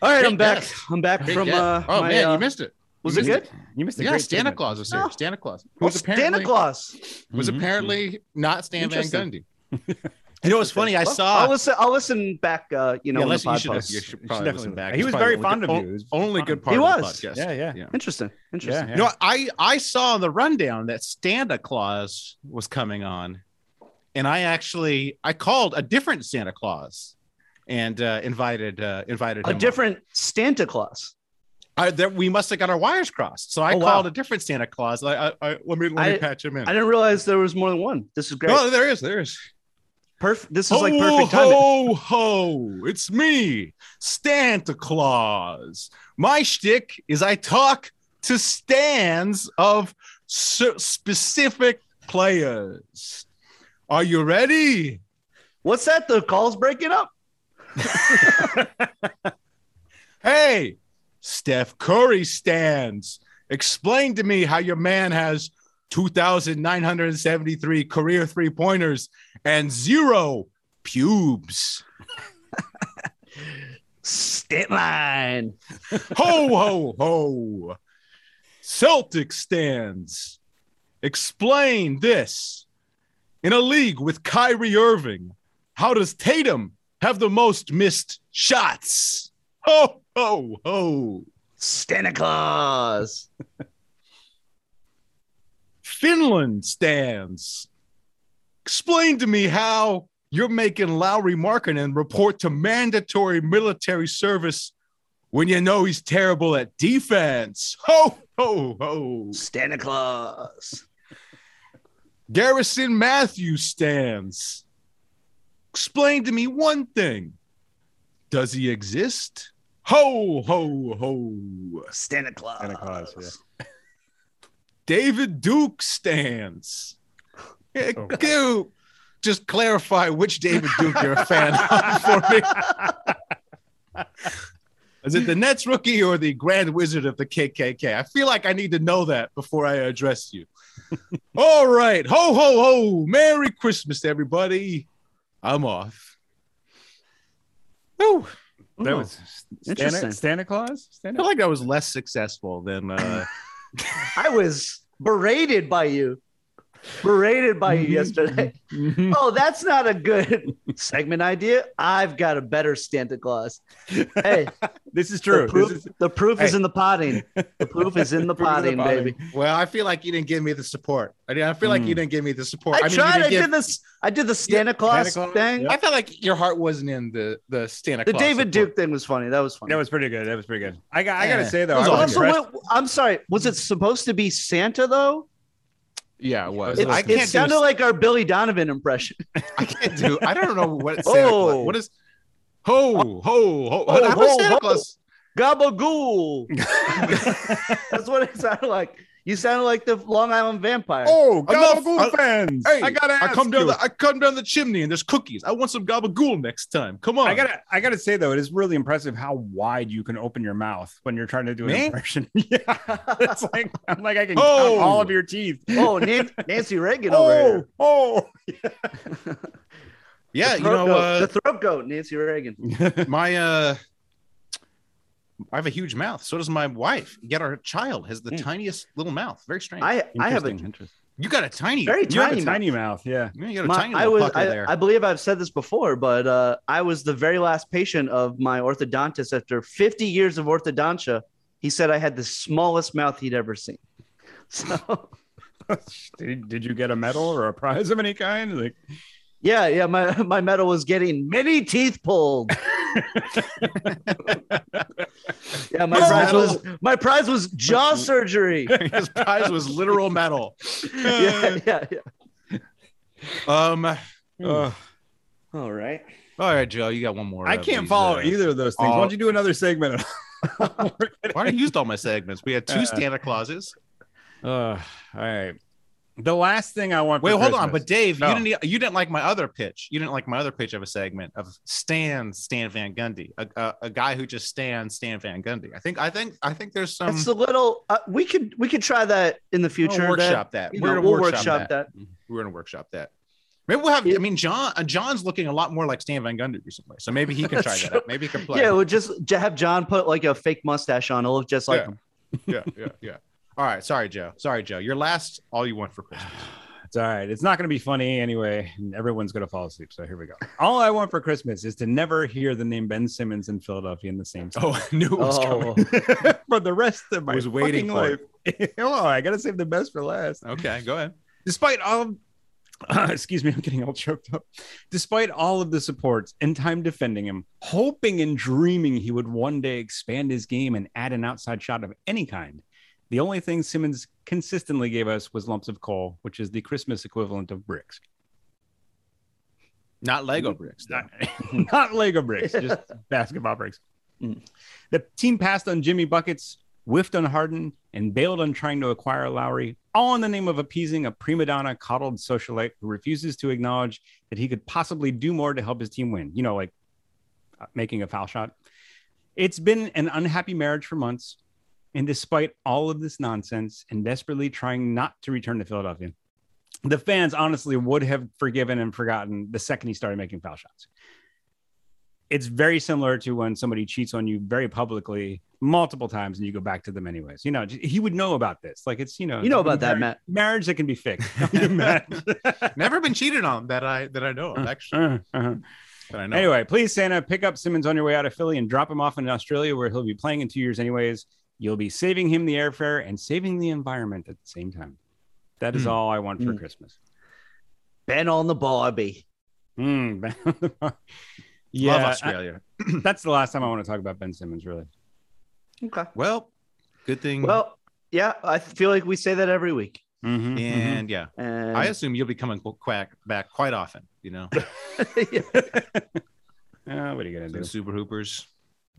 [SPEAKER 8] All right,
[SPEAKER 6] Great
[SPEAKER 8] I'm back.
[SPEAKER 6] guest.
[SPEAKER 8] I'm back
[SPEAKER 6] Great
[SPEAKER 8] from
[SPEAKER 6] guess.
[SPEAKER 8] uh,
[SPEAKER 6] oh
[SPEAKER 8] my,
[SPEAKER 6] man,
[SPEAKER 8] uh,
[SPEAKER 6] you missed it.
[SPEAKER 8] was
[SPEAKER 6] You
[SPEAKER 8] it
[SPEAKER 6] missed
[SPEAKER 8] good?
[SPEAKER 7] You missed a
[SPEAKER 6] Yeah,
[SPEAKER 7] great
[SPEAKER 6] Santa
[SPEAKER 7] segment.
[SPEAKER 6] Claus was there.
[SPEAKER 8] No.
[SPEAKER 6] Santa Claus
[SPEAKER 8] Oh,
[SPEAKER 6] was
[SPEAKER 8] Santa
[SPEAKER 6] apparently
[SPEAKER 8] Claus.
[SPEAKER 6] was
[SPEAKER 7] Mhm.
[SPEAKER 6] apparently not Stan Van
[SPEAKER 8] Interesting.
[SPEAKER 6] Gundy. you know what's funny? I
[SPEAKER 8] Well,
[SPEAKER 6] saw.
[SPEAKER 8] I'll listen. I'll listen back. Uh, you know,
[SPEAKER 6] Yeah,
[SPEAKER 8] on the
[SPEAKER 6] listen, you should
[SPEAKER 8] podcast.
[SPEAKER 6] have- you should
[SPEAKER 7] You should
[SPEAKER 6] probably
[SPEAKER 7] definitely-
[SPEAKER 6] listen back.
[SPEAKER 7] he
[SPEAKER 6] It's
[SPEAKER 7] was
[SPEAKER 6] probably
[SPEAKER 7] very
[SPEAKER 6] the
[SPEAKER 7] fond of
[SPEAKER 6] o-
[SPEAKER 7] you. He was
[SPEAKER 6] Only
[SPEAKER 7] fond
[SPEAKER 6] good
[SPEAKER 7] of
[SPEAKER 6] part
[SPEAKER 8] you.
[SPEAKER 6] of
[SPEAKER 8] He
[SPEAKER 6] the
[SPEAKER 8] was.
[SPEAKER 6] podcast.
[SPEAKER 7] Yeah, yeah.
[SPEAKER 6] Yeah.
[SPEAKER 8] Interesting. Interesting.
[SPEAKER 7] Yeah,
[SPEAKER 6] You know, I I saw on the rundown that Santa Claus was coming on, and I actually I called a different Santa Claus, and uh, invited uh, invited
[SPEAKER 8] A
[SPEAKER 6] him on.
[SPEAKER 8] different Santa Claus.
[SPEAKER 6] I, there, we must have got our wires crossed. So I
[SPEAKER 8] Oh, wow.
[SPEAKER 6] called a different Santa Claus. I, I, I let me let me
[SPEAKER 8] I-
[SPEAKER 6] patch him in.
[SPEAKER 8] I didn't realize there was more than one. This is great.
[SPEAKER 6] Oh, there is, there is.
[SPEAKER 8] Perfect. This is like
[SPEAKER 6] Ho,
[SPEAKER 8] perfect timing.
[SPEAKER 6] ho, ho! It's me, Santa Claus. My shtick is I talk to stands of s- specific players. Are you ready?
[SPEAKER 8] What's that? The call's breaking up.
[SPEAKER 6] Hey, Steph Curry stands. Explain to me how your man has 2,973 career three pointers and zero pubes.
[SPEAKER 8] State line.
[SPEAKER 6] ho ho ho celtic stands explain this in a league with kyrie irving how does tatum have the most missed shots ho ho ho
[SPEAKER 8] Santa Claus.
[SPEAKER 6] finland stands explain to me how you're making lowry markinen report to mandatory military service when you know he's terrible at defense ho ho ho
[SPEAKER 8] Santa Claus.
[SPEAKER 6] Garrison Matthews stands. Explain to me one thing. Does he exist? Ho, ho, ho.
[SPEAKER 8] Santa Claus.
[SPEAKER 7] Santa Claus, yeah.
[SPEAKER 6] David Duke stands. Eh,
[SPEAKER 7] Oh, wow.
[SPEAKER 6] Duke, Just clarify which David Duke you're a fan of for me. Is it the Nets rookie or the Grand Wizard of the KKK? I feel like I need to know that before I address you. All right. Ho, ho, ho. Merry Christmas, everybody. I'm off. Whew.
[SPEAKER 7] That was Santa,
[SPEAKER 8] Interesting.
[SPEAKER 7] Santa Claus.
[SPEAKER 6] I
[SPEAKER 7] Santa.
[SPEAKER 6] feel like that was less successful than. Uh,
[SPEAKER 8] I was berated by you. Berated by you yesterday.
[SPEAKER 7] Mhm.
[SPEAKER 8] Oh, that's not a good segment idea. I've got a better Santa Claus. Hey,
[SPEAKER 7] This is true.
[SPEAKER 8] The proof,
[SPEAKER 7] This is,
[SPEAKER 8] the proof is
[SPEAKER 6] Hey.
[SPEAKER 8] in the potting. The proof is in the
[SPEAKER 7] Proof is in
[SPEAKER 8] potting,
[SPEAKER 7] the potting.
[SPEAKER 8] baby.
[SPEAKER 6] well, I feel like you didn't give me the support. I, mean, I feel like
[SPEAKER 7] Mm.
[SPEAKER 6] you didn't give me the support.
[SPEAKER 8] I
[SPEAKER 6] mean, you
[SPEAKER 8] tried.
[SPEAKER 6] didn't
[SPEAKER 8] I
[SPEAKER 6] give-
[SPEAKER 8] did this. I did the Santa Claus
[SPEAKER 7] Claus,
[SPEAKER 8] thing.
[SPEAKER 7] yeah.
[SPEAKER 6] I felt like your heart wasn't in the the Santa
[SPEAKER 8] The
[SPEAKER 6] Claus
[SPEAKER 8] David
[SPEAKER 6] support.
[SPEAKER 8] Duke thing was funny. That was funny.
[SPEAKER 7] that was pretty good. That was pretty good. I got. I
[SPEAKER 6] Yeah.
[SPEAKER 7] gotta say though,
[SPEAKER 6] That was
[SPEAKER 7] I
[SPEAKER 6] all
[SPEAKER 7] was
[SPEAKER 6] good.
[SPEAKER 8] also,
[SPEAKER 7] impressed.
[SPEAKER 8] what, I'm sorry. Was it supposed to be Santa though?
[SPEAKER 6] Yeah, it was.
[SPEAKER 7] It-
[SPEAKER 6] I
[SPEAKER 8] It,
[SPEAKER 6] can't
[SPEAKER 8] sounded
[SPEAKER 6] do.
[SPEAKER 8] like our Billy Donovan impression.
[SPEAKER 6] I can't do. I don't know what Santa Claus.
[SPEAKER 8] Oh.
[SPEAKER 6] What is? Ho ho ho!
[SPEAKER 8] Oh,
[SPEAKER 6] How does
[SPEAKER 8] ho,
[SPEAKER 6] Santa
[SPEAKER 8] ho.
[SPEAKER 6] Claus?
[SPEAKER 8] Gabagool. That's what it sounded like. You sounded like the Long Island vampire.
[SPEAKER 7] Oh,
[SPEAKER 6] Enough-
[SPEAKER 7] Gabagool
[SPEAKER 6] I-
[SPEAKER 7] fans!
[SPEAKER 6] Hey,
[SPEAKER 7] I gotta.
[SPEAKER 6] I
[SPEAKER 7] ask
[SPEAKER 6] come down
[SPEAKER 7] you.
[SPEAKER 6] the I come down the chimney and there's cookies. I want some gabagool next time. Come on.
[SPEAKER 7] I gotta, I gotta say though, it is really impressive how wide you can open your mouth when you're trying to do an
[SPEAKER 6] Me?
[SPEAKER 7] impression. yeah, it's like I'm like I can
[SPEAKER 6] Oh.
[SPEAKER 7] count all of your teeth.
[SPEAKER 8] Oh, Nan- Nancy Reagan over
[SPEAKER 7] Oh,
[SPEAKER 8] here.
[SPEAKER 7] oh.
[SPEAKER 6] yeah, you
[SPEAKER 8] Throat
[SPEAKER 6] know,
[SPEAKER 8] goat.
[SPEAKER 6] uh,
[SPEAKER 8] the throat goat, Nancy Reagan.
[SPEAKER 7] oh.
[SPEAKER 6] my uh I have a huge mouth. So does my wife. Yet our child has the
[SPEAKER 7] Hmm.
[SPEAKER 6] tiniest little mouth. Very strange.
[SPEAKER 8] I I have a
[SPEAKER 7] Interesting, interesting.
[SPEAKER 6] you got a tiny.
[SPEAKER 8] very
[SPEAKER 7] You have
[SPEAKER 8] tiny,
[SPEAKER 7] a
[SPEAKER 8] mouth.
[SPEAKER 7] tiny mouth. Yeah.
[SPEAKER 6] Yeah, you got a
[SPEAKER 8] My-
[SPEAKER 6] tiny
[SPEAKER 8] I
[SPEAKER 6] little
[SPEAKER 8] was
[SPEAKER 6] pucker
[SPEAKER 8] I,
[SPEAKER 6] there.
[SPEAKER 8] I believe I've said this before, but uh, I was the very last patient of my orthodontist after 50 years of orthodontia. He said I had the smallest mouth he'd ever seen. So
[SPEAKER 7] Did, did you get a medal or a prize of any kind? Like,
[SPEAKER 8] yeah, yeah, my, my metal was getting many teeth pulled. yeah, my
[SPEAKER 6] No.
[SPEAKER 8] prize was my prize was jaw surgery.
[SPEAKER 6] His prize was literal metal.
[SPEAKER 8] yeah, yeah, yeah.
[SPEAKER 6] Um
[SPEAKER 7] ugh.
[SPEAKER 8] All right.
[SPEAKER 6] all right, Joe, you got one more.
[SPEAKER 7] I
[SPEAKER 6] of
[SPEAKER 7] can't
[SPEAKER 6] these,
[SPEAKER 7] follow
[SPEAKER 6] uh,
[SPEAKER 7] either of those things. Why
[SPEAKER 6] all-
[SPEAKER 7] don't you do another segment?
[SPEAKER 6] Why don't you used all my segments? We had two
[SPEAKER 7] Uh,
[SPEAKER 6] Santa Clauses.
[SPEAKER 7] uh, all right. The last thing I want. for
[SPEAKER 6] Wait, hold on.
[SPEAKER 7] Christmas-
[SPEAKER 6] But Dave,
[SPEAKER 7] No.
[SPEAKER 6] you didn't e, you didn't like my other pitch. You didn't like my other pitch of a segment of Stan Stan Van Gundy, a, a, a guy who just stands Stan Van Gundy. I think I think I think there's some
[SPEAKER 8] it's a little uh, we could we could try that in the
[SPEAKER 6] Um, we'll
[SPEAKER 8] future. That,
[SPEAKER 6] workshop that.
[SPEAKER 8] you
[SPEAKER 6] We're
[SPEAKER 8] know,
[SPEAKER 6] gonna
[SPEAKER 8] we'll
[SPEAKER 6] workshop,
[SPEAKER 8] workshop
[SPEAKER 6] that.
[SPEAKER 8] that.
[SPEAKER 6] We're gonna workshop that. Maybe we'll have. I
[SPEAKER 8] It-
[SPEAKER 6] mean, John uh, John's looking a lot more like Stan Van Gundy recently, so maybe he can try
[SPEAKER 8] That's
[SPEAKER 6] that. Out. Maybe he can play.
[SPEAKER 8] Yeah, we'll just j- have John put like a fake mustache on. It'll look just like
[SPEAKER 6] Yeah.
[SPEAKER 8] him.
[SPEAKER 6] yeah, yeah, yeah. All right, sorry, Joe. Sorry, Joe. Your last, all you want for Christmas.
[SPEAKER 7] It's all right. It's not going to be funny anyway, and everyone's going to fall asleep. So here we go. All I want for Christmas is to never hear the name Ben Simmons in Philadelphia in the same
[SPEAKER 6] Oh, I knew it was coming.
[SPEAKER 8] Oh,
[SPEAKER 7] sentence for the rest of my
[SPEAKER 6] I was waiting
[SPEAKER 7] fucking
[SPEAKER 6] for it.
[SPEAKER 7] life. oh, I got to save the best for last.
[SPEAKER 6] Okay, go ahead.
[SPEAKER 7] Despite all of Excuse me, I'm getting all choked up. Despite all of the supports and time defending him, hoping and dreaming he would one day expand his game and add an outside shot of any kind, the only thing Simmons consistently gave us was lumps of coal, which is the Christmas equivalent of bricks.
[SPEAKER 6] Not Lego bricks. though.
[SPEAKER 7] not, not Lego bricks, just basketball bricks.
[SPEAKER 8] Mm.
[SPEAKER 7] The team passed on Jimmy Buckets, whiffed on Harden, and bailed on trying to acquire Lowry, all in the name of appeasing a prima donna coddled socialite who refuses to acknowledge that he could possibly do more to help his team win. You know, like uh, making a foul shot. It's been an unhappy marriage for months. And despite all of this nonsense and desperately trying not to return to Philadelphia, the fans honestly would have forgiven and forgotten the second he started making foul shots. It's very similar to when somebody cheats on you very publicly multiple times and you go back to them anyways. You know, j- he would know about this. Like it's, you know,
[SPEAKER 8] You know about that,
[SPEAKER 7] marriage-
[SPEAKER 8] Matt.
[SPEAKER 7] Marriage that can be fixed. Matt.
[SPEAKER 6] Never been cheated on that I that I know of actually.
[SPEAKER 7] Uh, uh-huh.
[SPEAKER 6] That I know. of.
[SPEAKER 7] Anyway, please, Santa, pick up Simmons on your way out of Philly and drop him off in Australia where he'll be playing in two years, anyways. You'll be saving him the airfare and saving the environment at the same time. That is
[SPEAKER 6] Hmm.
[SPEAKER 7] all I want for
[SPEAKER 8] Hmm.
[SPEAKER 7] Christmas.
[SPEAKER 8] Ben on the Barbie.
[SPEAKER 7] Hmm. yeah,
[SPEAKER 6] Love
[SPEAKER 7] I-
[SPEAKER 6] Australia.
[SPEAKER 7] that's the last time I want to talk about Ben Simmons, really.
[SPEAKER 8] Okay.
[SPEAKER 6] Well, good thing.
[SPEAKER 8] Well, yeah, I feel like we say that every week.
[SPEAKER 7] Mhm, mhm.
[SPEAKER 6] and yeah,
[SPEAKER 8] And
[SPEAKER 6] I assume you'll be coming qu- quack back quite often. You know,
[SPEAKER 7] Uh, what are you gonna
[SPEAKER 6] the
[SPEAKER 7] do?
[SPEAKER 6] Super Hoopers.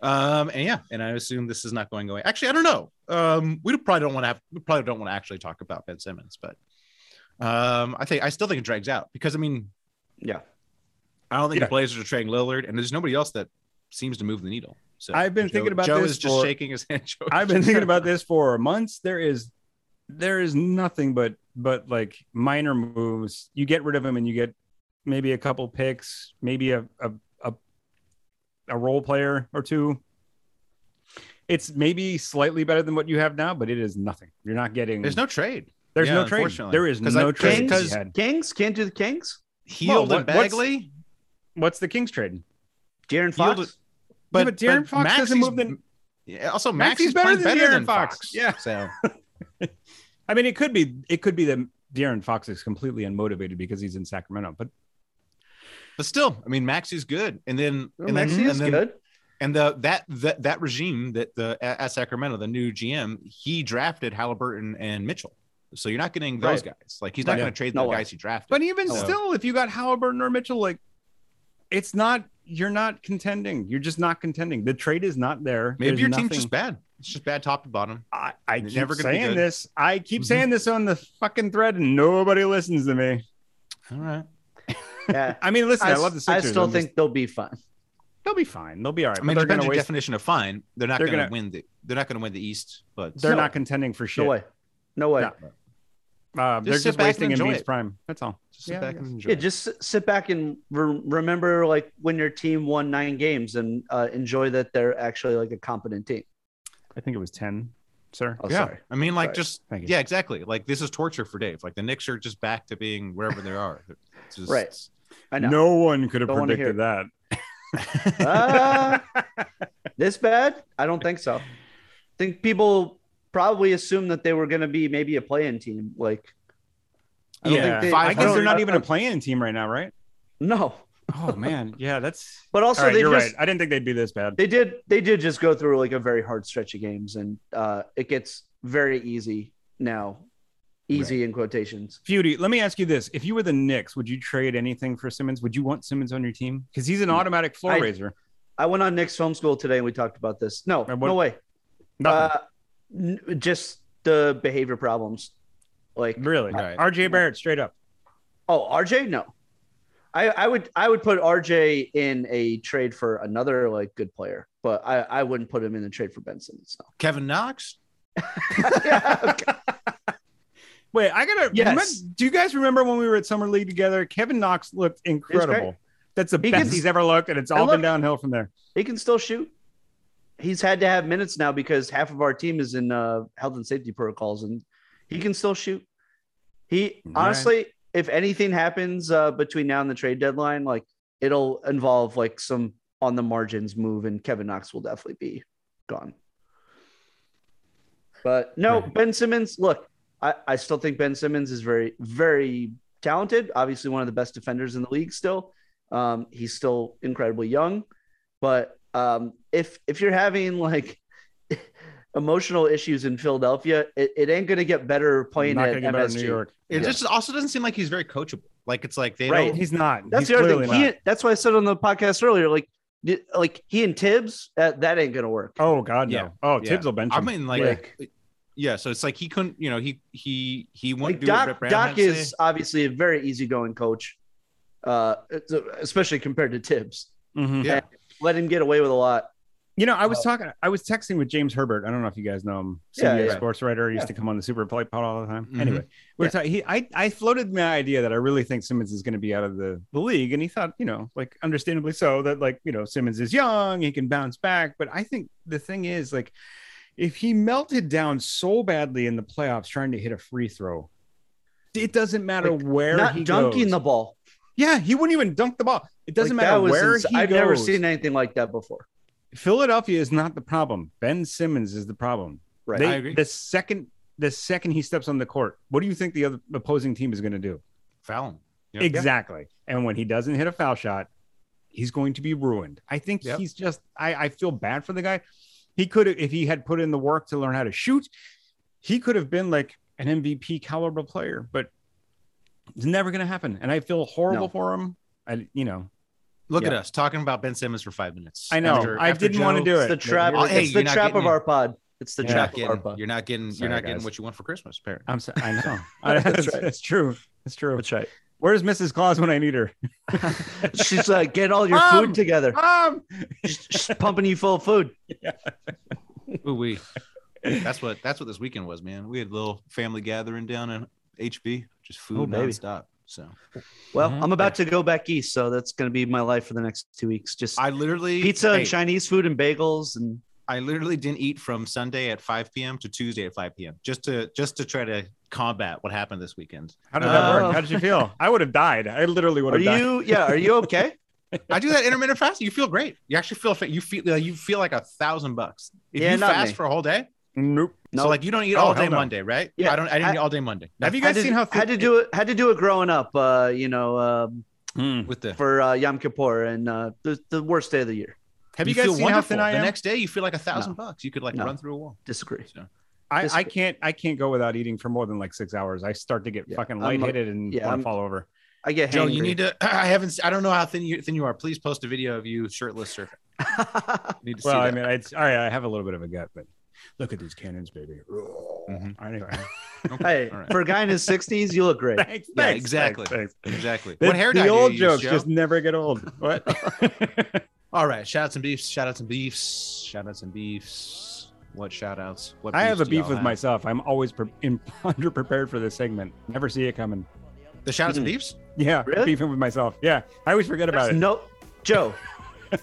[SPEAKER 6] Um, and yeah, and I assume this is not going away. Actually, I don't know. Um, we probably don't want to have. We probably don't want to actually talk about Ben Simmons, but um, I think I still think it drags out because I mean,
[SPEAKER 8] Yeah.
[SPEAKER 6] I don't think
[SPEAKER 7] Yeah.
[SPEAKER 6] the Blazers are trading Lillard, and there's nobody else that seems to move the needle. So
[SPEAKER 7] I've been
[SPEAKER 6] Joe-
[SPEAKER 7] thinking about
[SPEAKER 6] Joe
[SPEAKER 7] this
[SPEAKER 6] is just
[SPEAKER 7] for-
[SPEAKER 6] shaking his head. Joe is
[SPEAKER 7] I've been
[SPEAKER 6] just-
[SPEAKER 7] thinking about this for months. There is there is nothing but but like minor moves. You get rid of him and you get maybe a couple picks, maybe a a a, a role player or two. It's maybe slightly better than what you have now, but it is nothing. You're not getting
[SPEAKER 6] There's no trade.
[SPEAKER 7] there's
[SPEAKER 6] yeah,
[SPEAKER 7] no trade.
[SPEAKER 6] unfortunately.
[SPEAKER 7] There is
[SPEAKER 6] 'Cause
[SPEAKER 7] no
[SPEAKER 6] I-
[SPEAKER 7] trade. to be
[SPEAKER 8] Kings,
[SPEAKER 6] because-
[SPEAKER 7] had.
[SPEAKER 8] Kings can't do the Kings.
[SPEAKER 6] Healed
[SPEAKER 7] Well,
[SPEAKER 6] and
[SPEAKER 7] what- what's-
[SPEAKER 6] Bagley.
[SPEAKER 7] What's the Kings trade?
[SPEAKER 6] Yielded-
[SPEAKER 8] Darren Fox.
[SPEAKER 7] Yeah, but De'Aaron Fox
[SPEAKER 6] Maxey's-
[SPEAKER 7] doesn't move the-
[SPEAKER 6] Yeah, also, Maxie's
[SPEAKER 7] Maxey's better
[SPEAKER 6] better,
[SPEAKER 7] than
[SPEAKER 6] better
[SPEAKER 7] De'Aaron
[SPEAKER 6] than
[SPEAKER 7] Fox.
[SPEAKER 6] Fox.
[SPEAKER 7] Yeah.
[SPEAKER 6] So
[SPEAKER 7] I mean, it could be it could be that De'Aaron Fox is completely unmotivated because he's in Sacramento, but
[SPEAKER 6] But still, I mean, Maxie's good, and then
[SPEAKER 7] Oh,
[SPEAKER 8] Well,
[SPEAKER 6] and
[SPEAKER 8] Maxey
[SPEAKER 6] then,
[SPEAKER 8] is
[SPEAKER 6] and then-
[SPEAKER 8] good.
[SPEAKER 6] And the that that that regime that the at at Sacramento, the new GM, he drafted Halliburton and Mitchell. So you're not getting those guys. Like he's not
[SPEAKER 7] Right.
[SPEAKER 6] going to trade
[SPEAKER 8] No
[SPEAKER 6] the
[SPEAKER 8] way.
[SPEAKER 6] guys he drafted.
[SPEAKER 7] But even
[SPEAKER 6] Hello.
[SPEAKER 7] still, if you got Halliburton or Mitchell, like it's not you're not contending. You're just not contending. The trade is not there.
[SPEAKER 6] maybe
[SPEAKER 7] There's
[SPEAKER 6] your
[SPEAKER 7] nothing-
[SPEAKER 6] team's just bad. It's just bad top to bottom.
[SPEAKER 7] I, I
[SPEAKER 6] they're
[SPEAKER 7] keep
[SPEAKER 6] never gonna be
[SPEAKER 7] saying
[SPEAKER 6] good.
[SPEAKER 7] this. I keep
[SPEAKER 6] Mhm.
[SPEAKER 7] saying this on the fucking thread, and nobody listens to me.
[SPEAKER 6] All right.
[SPEAKER 8] Yeah.
[SPEAKER 7] I mean, listen, I, love the
[SPEAKER 8] I
[SPEAKER 7] Sixers.
[SPEAKER 8] still
[SPEAKER 7] I'm just-
[SPEAKER 8] think they'll be fine.
[SPEAKER 7] they'll be fine. They'll be all right.
[SPEAKER 6] I mean,
[SPEAKER 7] but
[SPEAKER 6] it
[SPEAKER 7] they're
[SPEAKER 6] depends
[SPEAKER 7] gonna
[SPEAKER 6] on your
[SPEAKER 7] waste.
[SPEAKER 6] definition of fine. They're not
[SPEAKER 7] They're
[SPEAKER 6] going to
[SPEAKER 7] gonna-
[SPEAKER 6] win the. They're not going to win the East. But
[SPEAKER 7] They're
[SPEAKER 8] No.
[SPEAKER 7] not contending for shit.
[SPEAKER 8] No way. No way.
[SPEAKER 7] No. Uh, they're
[SPEAKER 6] Just sit
[SPEAKER 7] just
[SPEAKER 6] back
[SPEAKER 7] wasting
[SPEAKER 6] and enjoy
[SPEAKER 7] Embiid's
[SPEAKER 6] it.
[SPEAKER 7] prime. That's all.
[SPEAKER 6] just sit
[SPEAKER 7] Yeah,
[SPEAKER 6] back
[SPEAKER 7] I
[SPEAKER 6] and enjoy.
[SPEAKER 8] Yeah, just s- sit back and re- remember like when your team won nine games and uh, enjoy that they're actually like a competent team.
[SPEAKER 7] I think it was ten, sir.
[SPEAKER 8] Oh,
[SPEAKER 6] yeah,
[SPEAKER 8] sorry.
[SPEAKER 6] I mean, like,
[SPEAKER 8] Sorry.
[SPEAKER 6] just
[SPEAKER 7] Thank you.
[SPEAKER 6] yeah, exactly. Like, this is torture for Dave. Like, the Knicks are just back to being wherever they are. It's just-
[SPEAKER 8] Right. I know.
[SPEAKER 7] No one could have
[SPEAKER 8] Don't wanna hear
[SPEAKER 7] predicted that.
[SPEAKER 8] Uh, this bad? I don't think so. I think people probably assumed that they were going to be maybe a play-in team. Like, I don't
[SPEAKER 7] yeah,
[SPEAKER 8] think they-
[SPEAKER 7] I
[SPEAKER 8] I
[SPEAKER 7] guess
[SPEAKER 8] don't-
[SPEAKER 7] they're not
[SPEAKER 8] I-
[SPEAKER 7] even a playing team right now, right?
[SPEAKER 8] no.
[SPEAKER 7] Oh man, yeah, that's.
[SPEAKER 8] But also,
[SPEAKER 7] All right,
[SPEAKER 8] they
[SPEAKER 7] you're
[SPEAKER 8] just
[SPEAKER 7] right. I didn't think they'd be this bad.
[SPEAKER 8] they did they did just go through like a very hard stretch of games, and uh, it gets very easy now, easy in quotations.
[SPEAKER 7] Feudy, let me ask you this: If you were the Knicks, would you trade anything for Simmons? Would you want Simmons on your team? Because he's an automatic floor
[SPEAKER 8] Mm. I-
[SPEAKER 7] raiser.
[SPEAKER 8] I went on Nick's film school today, and we talked about this. No,
[SPEAKER 7] And what-
[SPEAKER 8] no way.
[SPEAKER 7] Nothing.
[SPEAKER 8] Uh, n- just the behavior problems. Like,
[SPEAKER 7] really.
[SPEAKER 6] Right.
[SPEAKER 7] RJ Barrett, straight up.
[SPEAKER 8] oh, RJ, no. I, I would I would put RJ in a trade for another like good player, but I, I wouldn't put him in the trade for Benson. So
[SPEAKER 6] Kevin Knox.
[SPEAKER 8] yeah, okay.
[SPEAKER 7] Wait, I gotta.
[SPEAKER 8] Yes.
[SPEAKER 7] remem- do you guys remember when we were at summer league together? Kevin Knox looked incredible. That's the
[SPEAKER 8] He
[SPEAKER 7] best
[SPEAKER 8] gets-
[SPEAKER 7] he's ever looked, and it's
[SPEAKER 8] I
[SPEAKER 7] all been
[SPEAKER 8] look-
[SPEAKER 7] downhill from there.
[SPEAKER 8] he can still shoot. He's had to have minutes now because half of our team is in uh, health and safety protocols, and he can still shoot. He
[SPEAKER 7] All right.
[SPEAKER 8] honestly, if anything happens uh, between now and the trade deadline, like it'll involve like some on the margins move, and Kevin Knox will definitely be gone. But no, Ben Simmons. Look, I, I still think Ben Simmons is very, very talented. Obviously, one of the best defenders in the league. Still, um, he's still incredibly young. But um, if if you're having like emotional issues in Philadelphia, it, it ain't gonna get better playing
[SPEAKER 7] Not
[SPEAKER 8] at
[SPEAKER 7] gonna get better in
[SPEAKER 8] MSG.
[SPEAKER 7] New York.
[SPEAKER 6] It
[SPEAKER 8] Yeah.
[SPEAKER 6] just also doesn't seem like he's very coachable. Like, it's like they
[SPEAKER 8] Right.
[SPEAKER 6] don't.
[SPEAKER 7] He's not.
[SPEAKER 8] That's
[SPEAKER 7] He's
[SPEAKER 8] the other
[SPEAKER 7] clearly
[SPEAKER 8] thing. He,
[SPEAKER 7] not.
[SPEAKER 8] that's why I said on the podcast earlier, like di- like he and Tibbs, that, that ain't gonna work.
[SPEAKER 7] Oh God, no.
[SPEAKER 6] Yeah.
[SPEAKER 7] Oh,
[SPEAKER 6] Yeah.
[SPEAKER 7] Tibbs will bench
[SPEAKER 6] I
[SPEAKER 7] him.
[SPEAKER 6] mean, like,
[SPEAKER 8] Like-
[SPEAKER 6] yeah. So it's like he couldn't, you know, he he he wouldn't
[SPEAKER 8] Like
[SPEAKER 6] do what
[SPEAKER 8] Doc,
[SPEAKER 6] Rip Brown had
[SPEAKER 8] Doc
[SPEAKER 6] to
[SPEAKER 8] is
[SPEAKER 6] say.
[SPEAKER 8] obviously a very easygoing coach, uh, it's- especially compared to Tibbs.
[SPEAKER 7] Mhm.
[SPEAKER 6] Yeah.
[SPEAKER 8] Let him get away with a lot.
[SPEAKER 7] You know, I was talking, I was texting with James Herbert. I don't know if you guys know him.
[SPEAKER 8] Yeah,
[SPEAKER 7] CBS
[SPEAKER 8] yeah. Mm-hmm.
[SPEAKER 7] sports writer used to come on the Super Play Pod all the time.
[SPEAKER 6] Mhm.
[SPEAKER 7] Anyway, we we're talking. He, I, I floated my idea that I really think Simmons is going to be out of the, the league, and he thought, you know, like understandably so, that like you know Simmons is young, he can bounce back. But I think the thing is, like, if he melted down so badly in the playoffs trying to hit a free throw, it doesn't matter
[SPEAKER 8] Like,
[SPEAKER 7] where he
[SPEAKER 8] Not dunking
[SPEAKER 7] goes.
[SPEAKER 8] the ball.
[SPEAKER 7] Yeah, he wouldn't even dunk the ball. It doesn't
[SPEAKER 8] Like, that
[SPEAKER 7] matter
[SPEAKER 8] was
[SPEAKER 7] where
[SPEAKER 8] ins-
[SPEAKER 7] he
[SPEAKER 8] I've
[SPEAKER 7] goes.
[SPEAKER 8] never seen anything like that before.
[SPEAKER 7] Philadelphia is not the problem. Ben Simmons is the problem.
[SPEAKER 8] Right.
[SPEAKER 7] They-
[SPEAKER 6] I agree.
[SPEAKER 7] The second the second he steps on the court, what do you think the other opposing team is going to do?
[SPEAKER 6] Foul him. Yep.
[SPEAKER 7] Exactly. And when he doesn't hit a foul shot, he's going to be ruined. I think
[SPEAKER 6] Yep.
[SPEAKER 7] he's just I, I feel bad for the guy. He could have if he had put in the work to learn how to shoot, he could have been like an MVP caliber player, but it's never gonna happen. And I feel horrible
[SPEAKER 8] No.
[SPEAKER 7] for him. I you know,
[SPEAKER 6] Look at
[SPEAKER 8] Yeah.
[SPEAKER 6] us talking about Ben Simmons for five minutes.
[SPEAKER 7] I know.
[SPEAKER 6] After-
[SPEAKER 7] I
[SPEAKER 6] after
[SPEAKER 7] didn't want to
[SPEAKER 6] Joe-
[SPEAKER 7] do
[SPEAKER 8] It's
[SPEAKER 7] it.
[SPEAKER 8] the trap.
[SPEAKER 6] Oh, hey,
[SPEAKER 8] it's
[SPEAKER 6] you're
[SPEAKER 8] the
[SPEAKER 6] not
[SPEAKER 8] trap
[SPEAKER 6] getting
[SPEAKER 8] of
[SPEAKER 6] it.
[SPEAKER 8] our pod. It's the
[SPEAKER 7] You're
[SPEAKER 6] You're not
[SPEAKER 8] trap of our
[SPEAKER 6] getting.
[SPEAKER 8] pod.
[SPEAKER 6] You're not getting.
[SPEAKER 7] Sorry,
[SPEAKER 6] you're not
[SPEAKER 7] guys.
[SPEAKER 6] getting what you want for Christmas, apparently.
[SPEAKER 7] I'm sorry. I know. I,
[SPEAKER 8] That's
[SPEAKER 7] that's,
[SPEAKER 8] right.
[SPEAKER 7] that's true. That's true.
[SPEAKER 8] That's right.
[SPEAKER 7] Where's Mrs. Claus when I need her?
[SPEAKER 8] She's like, uh, get all your
[SPEAKER 7] Um,
[SPEAKER 8] food together.
[SPEAKER 7] Um,
[SPEAKER 8] She's, she's pumping you full of food.
[SPEAKER 6] Ooh wee. That's what that's what this weekend was, man. We had a little family gathering down in HB, just
[SPEAKER 8] Oh,
[SPEAKER 6] food
[SPEAKER 8] baby.
[SPEAKER 6] nonstop. So
[SPEAKER 8] Well,
[SPEAKER 6] Mhm.
[SPEAKER 8] I'm about to go back east, so that's going to be my life for the next two weeks. Just
[SPEAKER 6] I literally
[SPEAKER 8] pizza
[SPEAKER 6] hey,
[SPEAKER 8] and Chinese food and bagels and
[SPEAKER 6] I literally didn't eat from Sunday at 5 p.m. to Tuesday at 5 p.m. just to just to try to combat what happened this weekend.
[SPEAKER 7] how did that
[SPEAKER 8] Oh.
[SPEAKER 7] work? How did you feel? I would have died. I literally would
[SPEAKER 8] are
[SPEAKER 7] have died.
[SPEAKER 8] you yeah are you okay
[SPEAKER 6] I do that intermittent fasting. You feel great. You actually feel fit. You feel like you feel like a thousand bucks. If
[SPEAKER 8] Yeah,
[SPEAKER 6] you
[SPEAKER 8] not
[SPEAKER 6] fast
[SPEAKER 8] me.
[SPEAKER 6] for a whole day,
[SPEAKER 7] Nope.
[SPEAKER 8] no
[SPEAKER 6] so like you don't eat
[SPEAKER 7] Oh,
[SPEAKER 6] all
[SPEAKER 7] hell
[SPEAKER 6] day
[SPEAKER 7] no.
[SPEAKER 6] Monday, right?
[SPEAKER 8] Yeah.
[SPEAKER 6] I don't. I didn't
[SPEAKER 8] I-
[SPEAKER 6] eat all day Monday.
[SPEAKER 7] Have you
[SPEAKER 8] had
[SPEAKER 7] guys
[SPEAKER 8] to,
[SPEAKER 7] seen how
[SPEAKER 8] had to do it had to do it growing up uh you know um
[SPEAKER 7] Mm.
[SPEAKER 6] with the
[SPEAKER 8] for uh yom kippur and uh the, the worst day of the year
[SPEAKER 7] Have you, guys
[SPEAKER 6] feel
[SPEAKER 7] seen how
[SPEAKER 6] wonderful.
[SPEAKER 7] thin I
[SPEAKER 6] The
[SPEAKER 7] am?
[SPEAKER 6] next day, you feel like a thousand bucks. You could like
[SPEAKER 8] No.
[SPEAKER 6] run through a wall.
[SPEAKER 8] disagree
[SPEAKER 6] So.
[SPEAKER 7] I,
[SPEAKER 8] Just-
[SPEAKER 7] I can't I can't go without eating for more than like six hours. I start to get
[SPEAKER 8] Yeah,
[SPEAKER 7] fucking
[SPEAKER 8] I'm a-
[SPEAKER 7] lightheaded and
[SPEAKER 8] yeah,
[SPEAKER 7] want
[SPEAKER 8] I'm-
[SPEAKER 7] to fall over.
[SPEAKER 8] i get
[SPEAKER 6] Joe,
[SPEAKER 8] hangry.
[SPEAKER 6] you need to. I haven't. s- I don't know how thin you thin you are. Please post a video of you shirtless surfing. I need to
[SPEAKER 7] Well,
[SPEAKER 6] see
[SPEAKER 7] I
[SPEAKER 6] that.
[SPEAKER 7] mean, it's all right. I have a little bit of a gut, but look at these cannons, baby.
[SPEAKER 6] Mhm.
[SPEAKER 7] Anyway,
[SPEAKER 8] hey
[SPEAKER 6] All right.
[SPEAKER 8] for a guy in his 60s you look great
[SPEAKER 7] thanks,
[SPEAKER 6] Yeah,
[SPEAKER 7] thanks,
[SPEAKER 6] exactly.
[SPEAKER 7] thanks, thanks.
[SPEAKER 6] exactly.
[SPEAKER 7] The,
[SPEAKER 6] what hair dye
[SPEAKER 7] the
[SPEAKER 6] do you
[SPEAKER 7] old
[SPEAKER 6] use,
[SPEAKER 7] jokes
[SPEAKER 6] Joe?
[SPEAKER 7] just never get old. What?
[SPEAKER 6] All right. Shout out some beefs. Shout out some beefs. Shout out some beefs. What shout outs? What
[SPEAKER 7] I have a
[SPEAKER 6] beefs do
[SPEAKER 7] beef
[SPEAKER 6] y'all
[SPEAKER 7] with
[SPEAKER 6] have?
[SPEAKER 7] myself. I'm always pre- in, underprepared for this segment. Never see it coming.
[SPEAKER 6] The shout outs and beefs?
[SPEAKER 7] Yeah,
[SPEAKER 8] Really?
[SPEAKER 7] beefing with myself. Yeah, I always forget about
[SPEAKER 8] There's
[SPEAKER 7] it.
[SPEAKER 8] no joe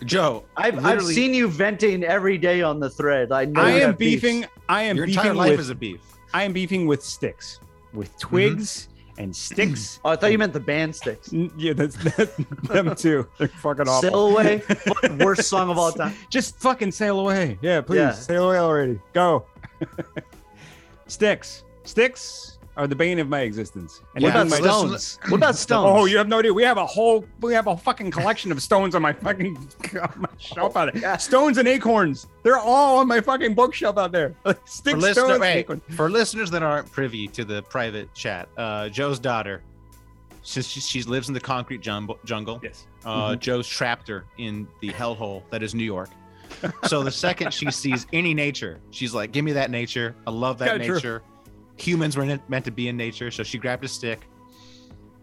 [SPEAKER 6] Joe,
[SPEAKER 8] I've, I've
[SPEAKER 6] Literally-
[SPEAKER 8] seen you venting every day on the thread i know
[SPEAKER 7] I
[SPEAKER 8] you
[SPEAKER 7] am
[SPEAKER 8] have beefs.
[SPEAKER 7] beefing. I am
[SPEAKER 6] your entire
[SPEAKER 7] beefing
[SPEAKER 6] life
[SPEAKER 7] with.
[SPEAKER 6] is a beef.
[SPEAKER 7] I am beefing with sticks, with twigs and sticks.
[SPEAKER 8] oh i thought you meant the band sticks
[SPEAKER 7] N- Yeah, that's, that's them too. They're fucking awful.
[SPEAKER 8] sail away fucking worst song of all time
[SPEAKER 7] Just fucking sail away. Yeah, please
[SPEAKER 8] Yeah.
[SPEAKER 7] sail away already. Go. sticks. Sticks are the bane of my existence. And
[SPEAKER 6] What
[SPEAKER 7] even
[SPEAKER 8] about
[SPEAKER 7] my-
[SPEAKER 6] Listen-
[SPEAKER 8] stones what about stones
[SPEAKER 7] Oh, you have no idea. We have a whole, we have a fucking collection of stones on my fucking on my shelf out there.
[SPEAKER 8] Yeah.
[SPEAKER 7] Stones and acorns. They're all on my fucking bookshelf out there. Like,
[SPEAKER 6] For,
[SPEAKER 7] Sticks,
[SPEAKER 6] listener,
[SPEAKER 7] stones, and
[SPEAKER 6] hey,
[SPEAKER 7] acorns.
[SPEAKER 6] for listeners that aren't privy to the private chat, uh, Joe's daughter, since she, she lives in the concrete jumble, jungle,
[SPEAKER 7] Yes.
[SPEAKER 6] uh,
[SPEAKER 7] Mm-hmm.
[SPEAKER 6] Joe's trapped her in the hellhole that is New York. So the second she sees any nature, she's like, "Give me that nature! I love that
[SPEAKER 7] Kinda true.
[SPEAKER 6] nature." Humans were ne- meant to be in nature, so she grabbed a stick.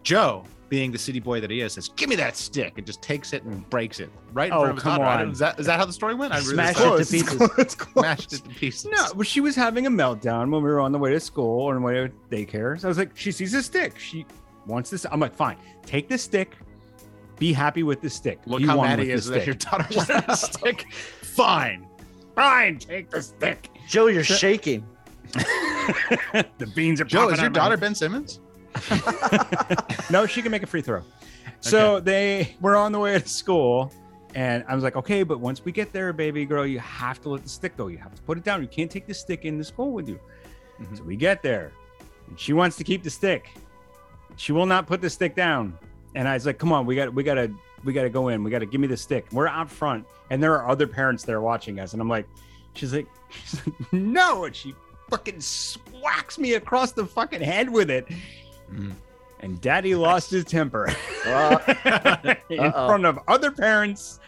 [SPEAKER 6] Joe, being the city boy that he is, says, "Give me that stick!" and just takes it and breaks it right in
[SPEAKER 7] Oh,
[SPEAKER 6] front of his
[SPEAKER 7] come
[SPEAKER 6] daughter. I
[SPEAKER 7] on.
[SPEAKER 6] don't- Is that, is that how the story went? I really
[SPEAKER 8] Smash
[SPEAKER 6] thought-
[SPEAKER 8] it to pieces.
[SPEAKER 7] It's close.
[SPEAKER 6] Smashed it to pieces.
[SPEAKER 7] No, well, she was having a meltdown when we were on the way to school or on the way to daycare. So I was like, she sees a stick. She wants this. I'm like, fine, take the stick. Be happy with the stick.
[SPEAKER 6] Look
[SPEAKER 7] You
[SPEAKER 6] how
[SPEAKER 7] won
[SPEAKER 6] mad
[SPEAKER 7] with
[SPEAKER 6] he
[SPEAKER 7] the
[SPEAKER 6] is that your
[SPEAKER 7] stick.
[SPEAKER 6] daughter wanted a stick. Fine.
[SPEAKER 7] Fine, take the stick.
[SPEAKER 8] joe you're shaking
[SPEAKER 7] the beans are
[SPEAKER 6] Joe,
[SPEAKER 7] popping
[SPEAKER 6] is your
[SPEAKER 7] out of my-
[SPEAKER 6] daughter Ben Simmons?
[SPEAKER 7] no, she can make a free throw. So they were on the way to school, and I was like, okay, but once we get there, baby girl, you have to let the stick go. You have to put it down. You can't take the stick into school with you.
[SPEAKER 6] Mhm.
[SPEAKER 7] So we get there, and she wants to keep the stick. She will not put the stick down. And I was like, come on, we got, we got to, we got to go in. We got to give me the stick. We're out front, and there are other parents there watching us. And I'm like, she's like, she's like, no, and she fucking swacks me across the fucking head with it and daddy lost his temper Uh, in
[SPEAKER 8] Uh-oh.
[SPEAKER 7] front of other parents.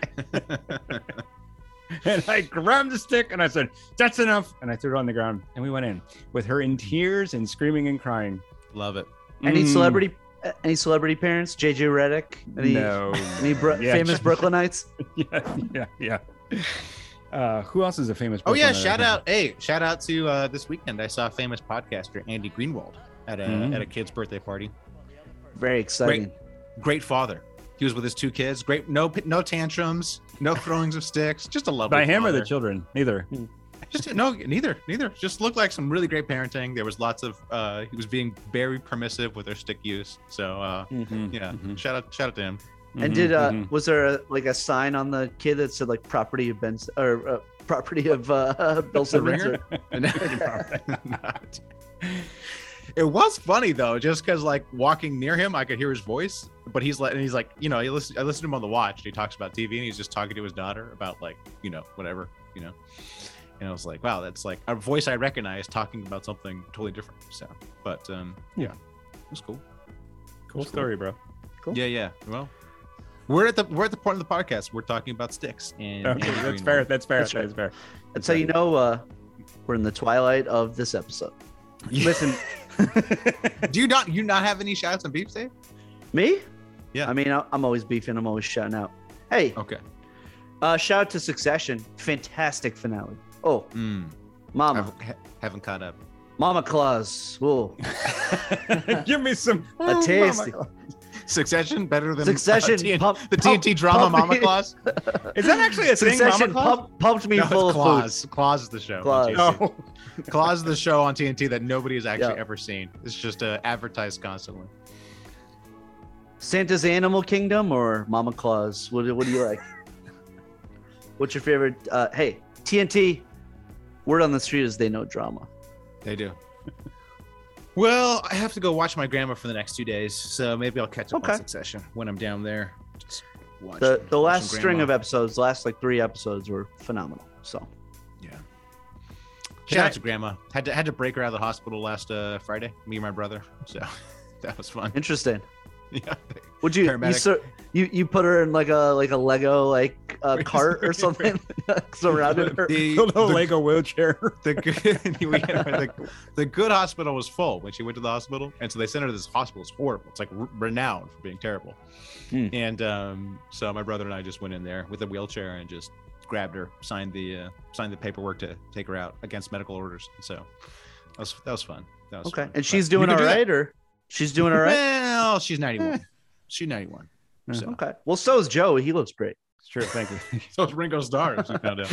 [SPEAKER 7] and I grabbed the stick and I said, That's enough. And I threw it on the ground and we went in with her in tears and screaming and crying.
[SPEAKER 6] Love it.
[SPEAKER 8] any
[SPEAKER 7] Mm,
[SPEAKER 8] celebrity any celebrity parents jj reddick any
[SPEAKER 7] No.
[SPEAKER 8] Any bro-
[SPEAKER 7] Yeah.
[SPEAKER 8] famous Brooklynites?
[SPEAKER 7] yeah, yeah, yeah. Uh, who else is a famous
[SPEAKER 6] Oh yeah,
[SPEAKER 7] Brooklynite?
[SPEAKER 6] shout out! Hey, shout out to uh, this weekend. I saw a famous podcaster Andy Greenwald at a
[SPEAKER 7] Mm.
[SPEAKER 6] at a kid's birthday party.
[SPEAKER 8] Very exciting.
[SPEAKER 6] Great father. He was with his two kids. Great, no no tantrums, no throwings of sticks. Just a lovely.
[SPEAKER 7] By him or the
[SPEAKER 6] father.
[SPEAKER 7] children? Neither.
[SPEAKER 8] Mm-hmm.
[SPEAKER 6] Just no, neither, neither. Just looked like some really great parenting. There was lots of. Uh, he was being very permissive with their stick use. So uh,
[SPEAKER 7] Mm-hmm.
[SPEAKER 6] yeah, shout out, shout out to him.
[SPEAKER 8] And did uh,
[SPEAKER 6] mm-hmm.
[SPEAKER 8] was there a, like a sign on the kid that said like property of Ben or uh, property of uh, Bill Simmons?
[SPEAKER 6] Ringer?
[SPEAKER 8] or-
[SPEAKER 6] not. It was funny though, just because like walking near him, I could hear his voice. But he's like, and he's like, you know, he listen, I listened to him on the watch. And he talks about TV, and he's just talking to his daughter about like, you know, whatever, you know. And I was like, wow, that's like a voice I recognize talking about something totally different. So, but um,
[SPEAKER 7] Yeah.
[SPEAKER 6] it was cool.
[SPEAKER 7] cool story, bro.
[SPEAKER 8] Cool.
[SPEAKER 6] Yeah, yeah. Well, we're at the we're at the point of the podcast. We're talking about sticks, and
[SPEAKER 7] Okay,
[SPEAKER 6] Andy
[SPEAKER 7] that's
[SPEAKER 6] Greenwald.
[SPEAKER 7] fair. That's fair.
[SPEAKER 8] That's right.
[SPEAKER 7] That's fair.
[SPEAKER 8] That's how you know uh, we're in the twilight of this episode.
[SPEAKER 7] Listen,
[SPEAKER 6] Do you not you not have any shots and beeps, Dave?
[SPEAKER 8] Me?
[SPEAKER 6] Yeah.
[SPEAKER 8] I mean, I- I'm always beefing. I'm always shouting out. Hey,
[SPEAKER 6] Okay.
[SPEAKER 8] uh, shout out to Succession. Fantastic finale. Oh,
[SPEAKER 6] Mm.
[SPEAKER 8] Mama.
[SPEAKER 6] I've- ha- haven't caught up.
[SPEAKER 8] Mama Claus. Whoa.
[SPEAKER 7] Give me some.
[SPEAKER 8] A taste.
[SPEAKER 6] Succession better than uh,
[SPEAKER 8] Succession,
[SPEAKER 6] TN
[SPEAKER 8] pump-
[SPEAKER 6] the TNT
[SPEAKER 8] pump-
[SPEAKER 6] drama
[SPEAKER 8] pump-
[SPEAKER 6] Mama Claus.
[SPEAKER 7] Is that actually a thing?
[SPEAKER 8] Succession
[SPEAKER 7] Mama Claus?
[SPEAKER 8] pump, pumped me
[SPEAKER 6] No, it's
[SPEAKER 8] full of food.
[SPEAKER 6] Claus. Claus is the show.
[SPEAKER 8] Claus.
[SPEAKER 6] No. Claus is the show on TNT that nobody has actually
[SPEAKER 8] Yeah.
[SPEAKER 6] ever seen. It's just uh, advertised constantly.
[SPEAKER 8] Santa's Animal Kingdom or Mama Claus? What, do- what do you like? What's your favorite? Uh, hey, TNT. Word on the street is they know drama.
[SPEAKER 6] They do. well, I have to go watch my grandma for the next two days, so maybe I'll catch up
[SPEAKER 8] Okay.
[SPEAKER 6] on Succession when I'm down there. Just watch
[SPEAKER 8] The
[SPEAKER 6] watch
[SPEAKER 8] the
[SPEAKER 6] some
[SPEAKER 8] last string
[SPEAKER 6] grandma.
[SPEAKER 8] of episodes, the last like three episodes were phenomenal. So
[SPEAKER 6] Shout out to grandma. Had to had to break her out of the hospital last uh, Friday. Me and my brother. So that was fun.
[SPEAKER 8] interesting.
[SPEAKER 6] yeah.
[SPEAKER 8] Would you you,
[SPEAKER 6] Paramedic.
[SPEAKER 8] sur- you you put her in like a like a Lego like uh, cart or something surrounded her?
[SPEAKER 6] The,
[SPEAKER 7] Little
[SPEAKER 6] the-
[SPEAKER 7] Lego wheelchair.
[SPEAKER 6] the good we had- the, the good hospital was full when she went to the hospital, and so they sent her to this hospital. It's horrible. It's like re- renowned for being terrible.
[SPEAKER 8] Hmm.
[SPEAKER 6] And um, so my brother and I just went in there with a wheelchair and just grabbed her, signed the uh, signed the paperwork to take her out against medical orders. And so that was that was fun. That was
[SPEAKER 8] Okay,
[SPEAKER 6] fun.
[SPEAKER 8] and she's
[SPEAKER 6] But you
[SPEAKER 8] doing
[SPEAKER 6] can
[SPEAKER 8] all
[SPEAKER 6] do that.
[SPEAKER 8] right, or she's doing all right. Uh-huh.
[SPEAKER 6] Well, she's ninety one. She's ninety one. So,
[SPEAKER 8] Okay. Well, so is Joe. He looks great.
[SPEAKER 7] It's true. Thank you.
[SPEAKER 6] so it's Ringo Starr. as we found out.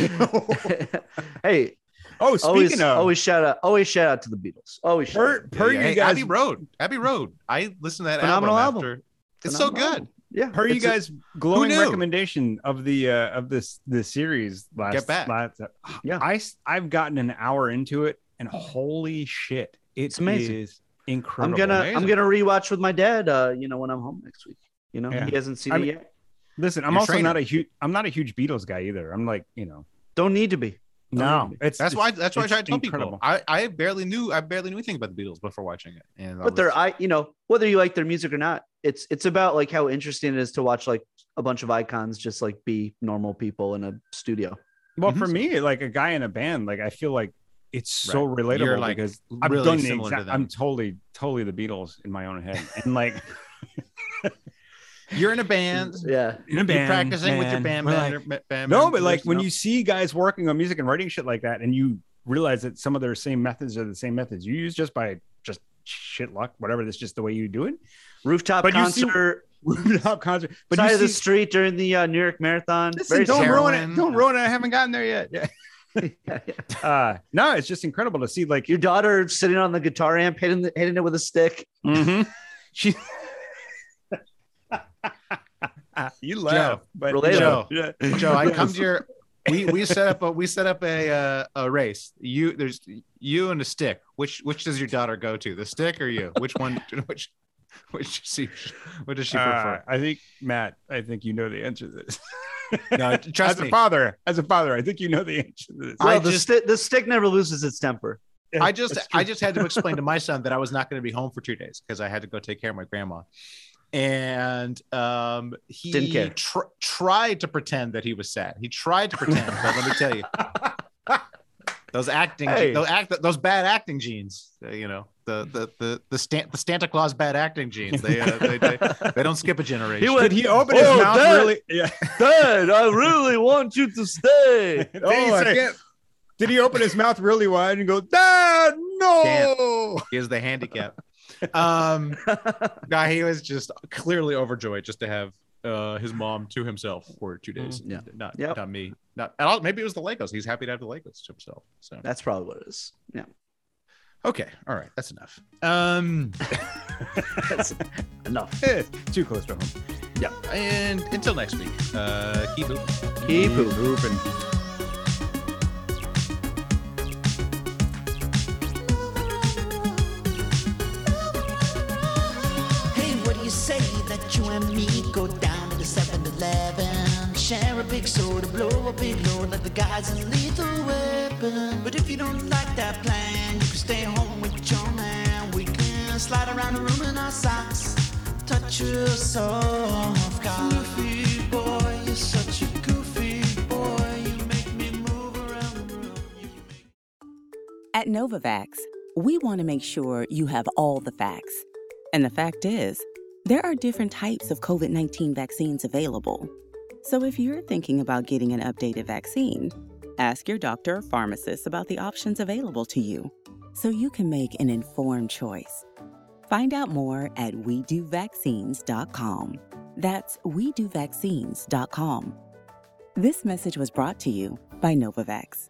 [SPEAKER 8] hey,
[SPEAKER 7] Oh, speaking
[SPEAKER 8] always,
[SPEAKER 7] of,
[SPEAKER 8] always shout out, always shout out to the Beatles. Always shout out.
[SPEAKER 7] per, per
[SPEAKER 6] Yeah,
[SPEAKER 7] you
[SPEAKER 6] hey,
[SPEAKER 7] guys,
[SPEAKER 6] Abbey Road. Abbey Road. I listened to that
[SPEAKER 8] Phenomenal
[SPEAKER 6] album.
[SPEAKER 8] album.
[SPEAKER 6] After, it's so
[SPEAKER 8] Phenomenal
[SPEAKER 6] good.
[SPEAKER 8] album. Yeah.
[SPEAKER 7] per you
[SPEAKER 8] it's a-
[SPEAKER 7] guys glowing
[SPEAKER 6] knew?
[SPEAKER 7] recommendation of the uh, of this the series last.
[SPEAKER 6] Get back.
[SPEAKER 7] last- uh,
[SPEAKER 8] Yeah.
[SPEAKER 7] I s- I've gotten an hour into it, and holy shit,
[SPEAKER 8] It's amazing.
[SPEAKER 7] is incredible.
[SPEAKER 8] I'm gonna I'm
[SPEAKER 6] amazing.
[SPEAKER 8] gonna rewatch with my dad. Uh, you know when I'm home next week. You know
[SPEAKER 7] Yeah.
[SPEAKER 8] he hasn't seen
[SPEAKER 7] I
[SPEAKER 8] it
[SPEAKER 7] mean-
[SPEAKER 8] yet.
[SPEAKER 7] listen. I'm
[SPEAKER 6] Your
[SPEAKER 7] also
[SPEAKER 6] trainer.
[SPEAKER 7] not a huge I'm not a huge Beatles guy either. I'm like you know
[SPEAKER 8] Don't need to be. No.
[SPEAKER 7] it's
[SPEAKER 6] That's
[SPEAKER 7] it's-
[SPEAKER 6] why. That's why I
[SPEAKER 7] it's
[SPEAKER 6] tried to tell
[SPEAKER 7] incredible.
[SPEAKER 6] people. I, I barely knew. I barely knew anything about the Beatles before watching it. And I
[SPEAKER 8] But
[SPEAKER 6] was-
[SPEAKER 8] they're I you know whether you like their music or not, it's it's about like how interesting it is to watch like a bunch of icons just like be normal people in a studio.
[SPEAKER 7] Well,
[SPEAKER 6] Mhm.
[SPEAKER 7] for me, like a guy in a band, like I feel like it's so relatable
[SPEAKER 6] You're, like,
[SPEAKER 7] because
[SPEAKER 6] really
[SPEAKER 7] I've done the
[SPEAKER 6] similar to
[SPEAKER 7] exact-
[SPEAKER 6] them.
[SPEAKER 7] I'm totally, totally the Beatles in my own head, and like
[SPEAKER 6] you're in a band.
[SPEAKER 8] Yeah.
[SPEAKER 7] in a
[SPEAKER 6] you're practicing with your
[SPEAKER 7] man,
[SPEAKER 6] band.
[SPEAKER 7] we're like-
[SPEAKER 6] member- ma- band
[SPEAKER 7] no,
[SPEAKER 6] members,
[SPEAKER 7] but like when
[SPEAKER 6] know?
[SPEAKER 7] you see guys working on music and writing shit like that, and you realize that some of their same methods are the same methods you use just by just shit luck, whatever. That's just the way you do it.
[SPEAKER 8] Rooftop
[SPEAKER 7] But you see-
[SPEAKER 8] concert,
[SPEAKER 7] Rooftop concert, but
[SPEAKER 8] side
[SPEAKER 7] you
[SPEAKER 8] of the
[SPEAKER 7] see-
[SPEAKER 8] street during the uh, New York Marathon.
[SPEAKER 7] Listen, don't
[SPEAKER 8] similar.
[SPEAKER 7] ruin
[SPEAKER 6] Heroin.
[SPEAKER 7] it. Don't ruin it. I haven't gotten there yet. Yeah.
[SPEAKER 8] Yeah, yeah.
[SPEAKER 7] Uh, no, it's just incredible to see like
[SPEAKER 8] Your daughter sitting on the guitar amp, hitting the, hitting it with a stick.
[SPEAKER 7] Mm-hmm. She. you laugh, but
[SPEAKER 8] Relatable.
[SPEAKER 7] Joe,
[SPEAKER 6] Joe, I come to your. We, we set up a we set up a uh, a race. You there's you and a stick. Which which does your daughter go to? The stick or you? Which one? Which which does she what does she
[SPEAKER 7] Uh,
[SPEAKER 6] prefer?
[SPEAKER 7] I think Matt. I think you know the answer to this.
[SPEAKER 6] No, trust
[SPEAKER 7] as
[SPEAKER 6] me.
[SPEAKER 7] a father, as a father, I think you know the answer to this.
[SPEAKER 6] I
[SPEAKER 8] Well, the,
[SPEAKER 6] just-
[SPEAKER 8] sti- the stick never loses its temper.
[SPEAKER 6] I just I just had to explain to my son that I was not going to be home for two days because I had to go take care of my grandma, and um, he
[SPEAKER 8] Didn't care.
[SPEAKER 6] tr- tried to pretend that he was sad. He tried to pretend, but let me tell you, those acting,
[SPEAKER 7] Hey.
[SPEAKER 6] those act, those bad acting genes, uh, you know, the the the the, Stan- the Santa Claus bad acting genes. They uh, they, they they don't skip a generation.
[SPEAKER 7] Did he open his
[SPEAKER 8] "Oh,
[SPEAKER 7] mouth
[SPEAKER 8] Dad."
[SPEAKER 7] really? Yeah.
[SPEAKER 8] Dad, I really want you to stay.
[SPEAKER 6] Oh,
[SPEAKER 7] Did, he say- did he open his mouth really wide and go, Dad, no?
[SPEAKER 6] Damn. He is the handicap. Um, no, he was just clearly overjoyed just to have uh, his mom to himself for two days.
[SPEAKER 8] Mm-hmm. Yeah.
[SPEAKER 6] Not,
[SPEAKER 8] Yep.
[SPEAKER 6] not me. Not and all, maybe it was the Legos. He's happy to have the Legos to himself. So
[SPEAKER 8] That's probably what it is. Yeah.
[SPEAKER 6] okay, all right, that's enough. Um,
[SPEAKER 8] That's enough.
[SPEAKER 7] Eh, Too close to home.
[SPEAKER 6] and until next week, uh, keep moving.
[SPEAKER 8] Keep it
[SPEAKER 7] Pooping.
[SPEAKER 9] Hey, what do you say that you and me go down to the 7 Eleven? Share a big soda, blow a big load, let the guys in lethal weapon. But if you don't like that plan, you can stay home with your man. We can slide around the room in our socks, touch your soft cock. Goofy boy, you're such a goofy boy, you make me move around the room. You make-
[SPEAKER 10] At Novavax, we want to make sure you have all the facts. And the fact is, There are different types of COVID 19 vaccines available. So if you're thinking about getting an updated vaccine, ask your doctor or pharmacist about the options available to you so you can make an informed choice. Find out more at WeDoVaccines.com. That's WeDoVaccines.com. This message was brought to you by Novavax.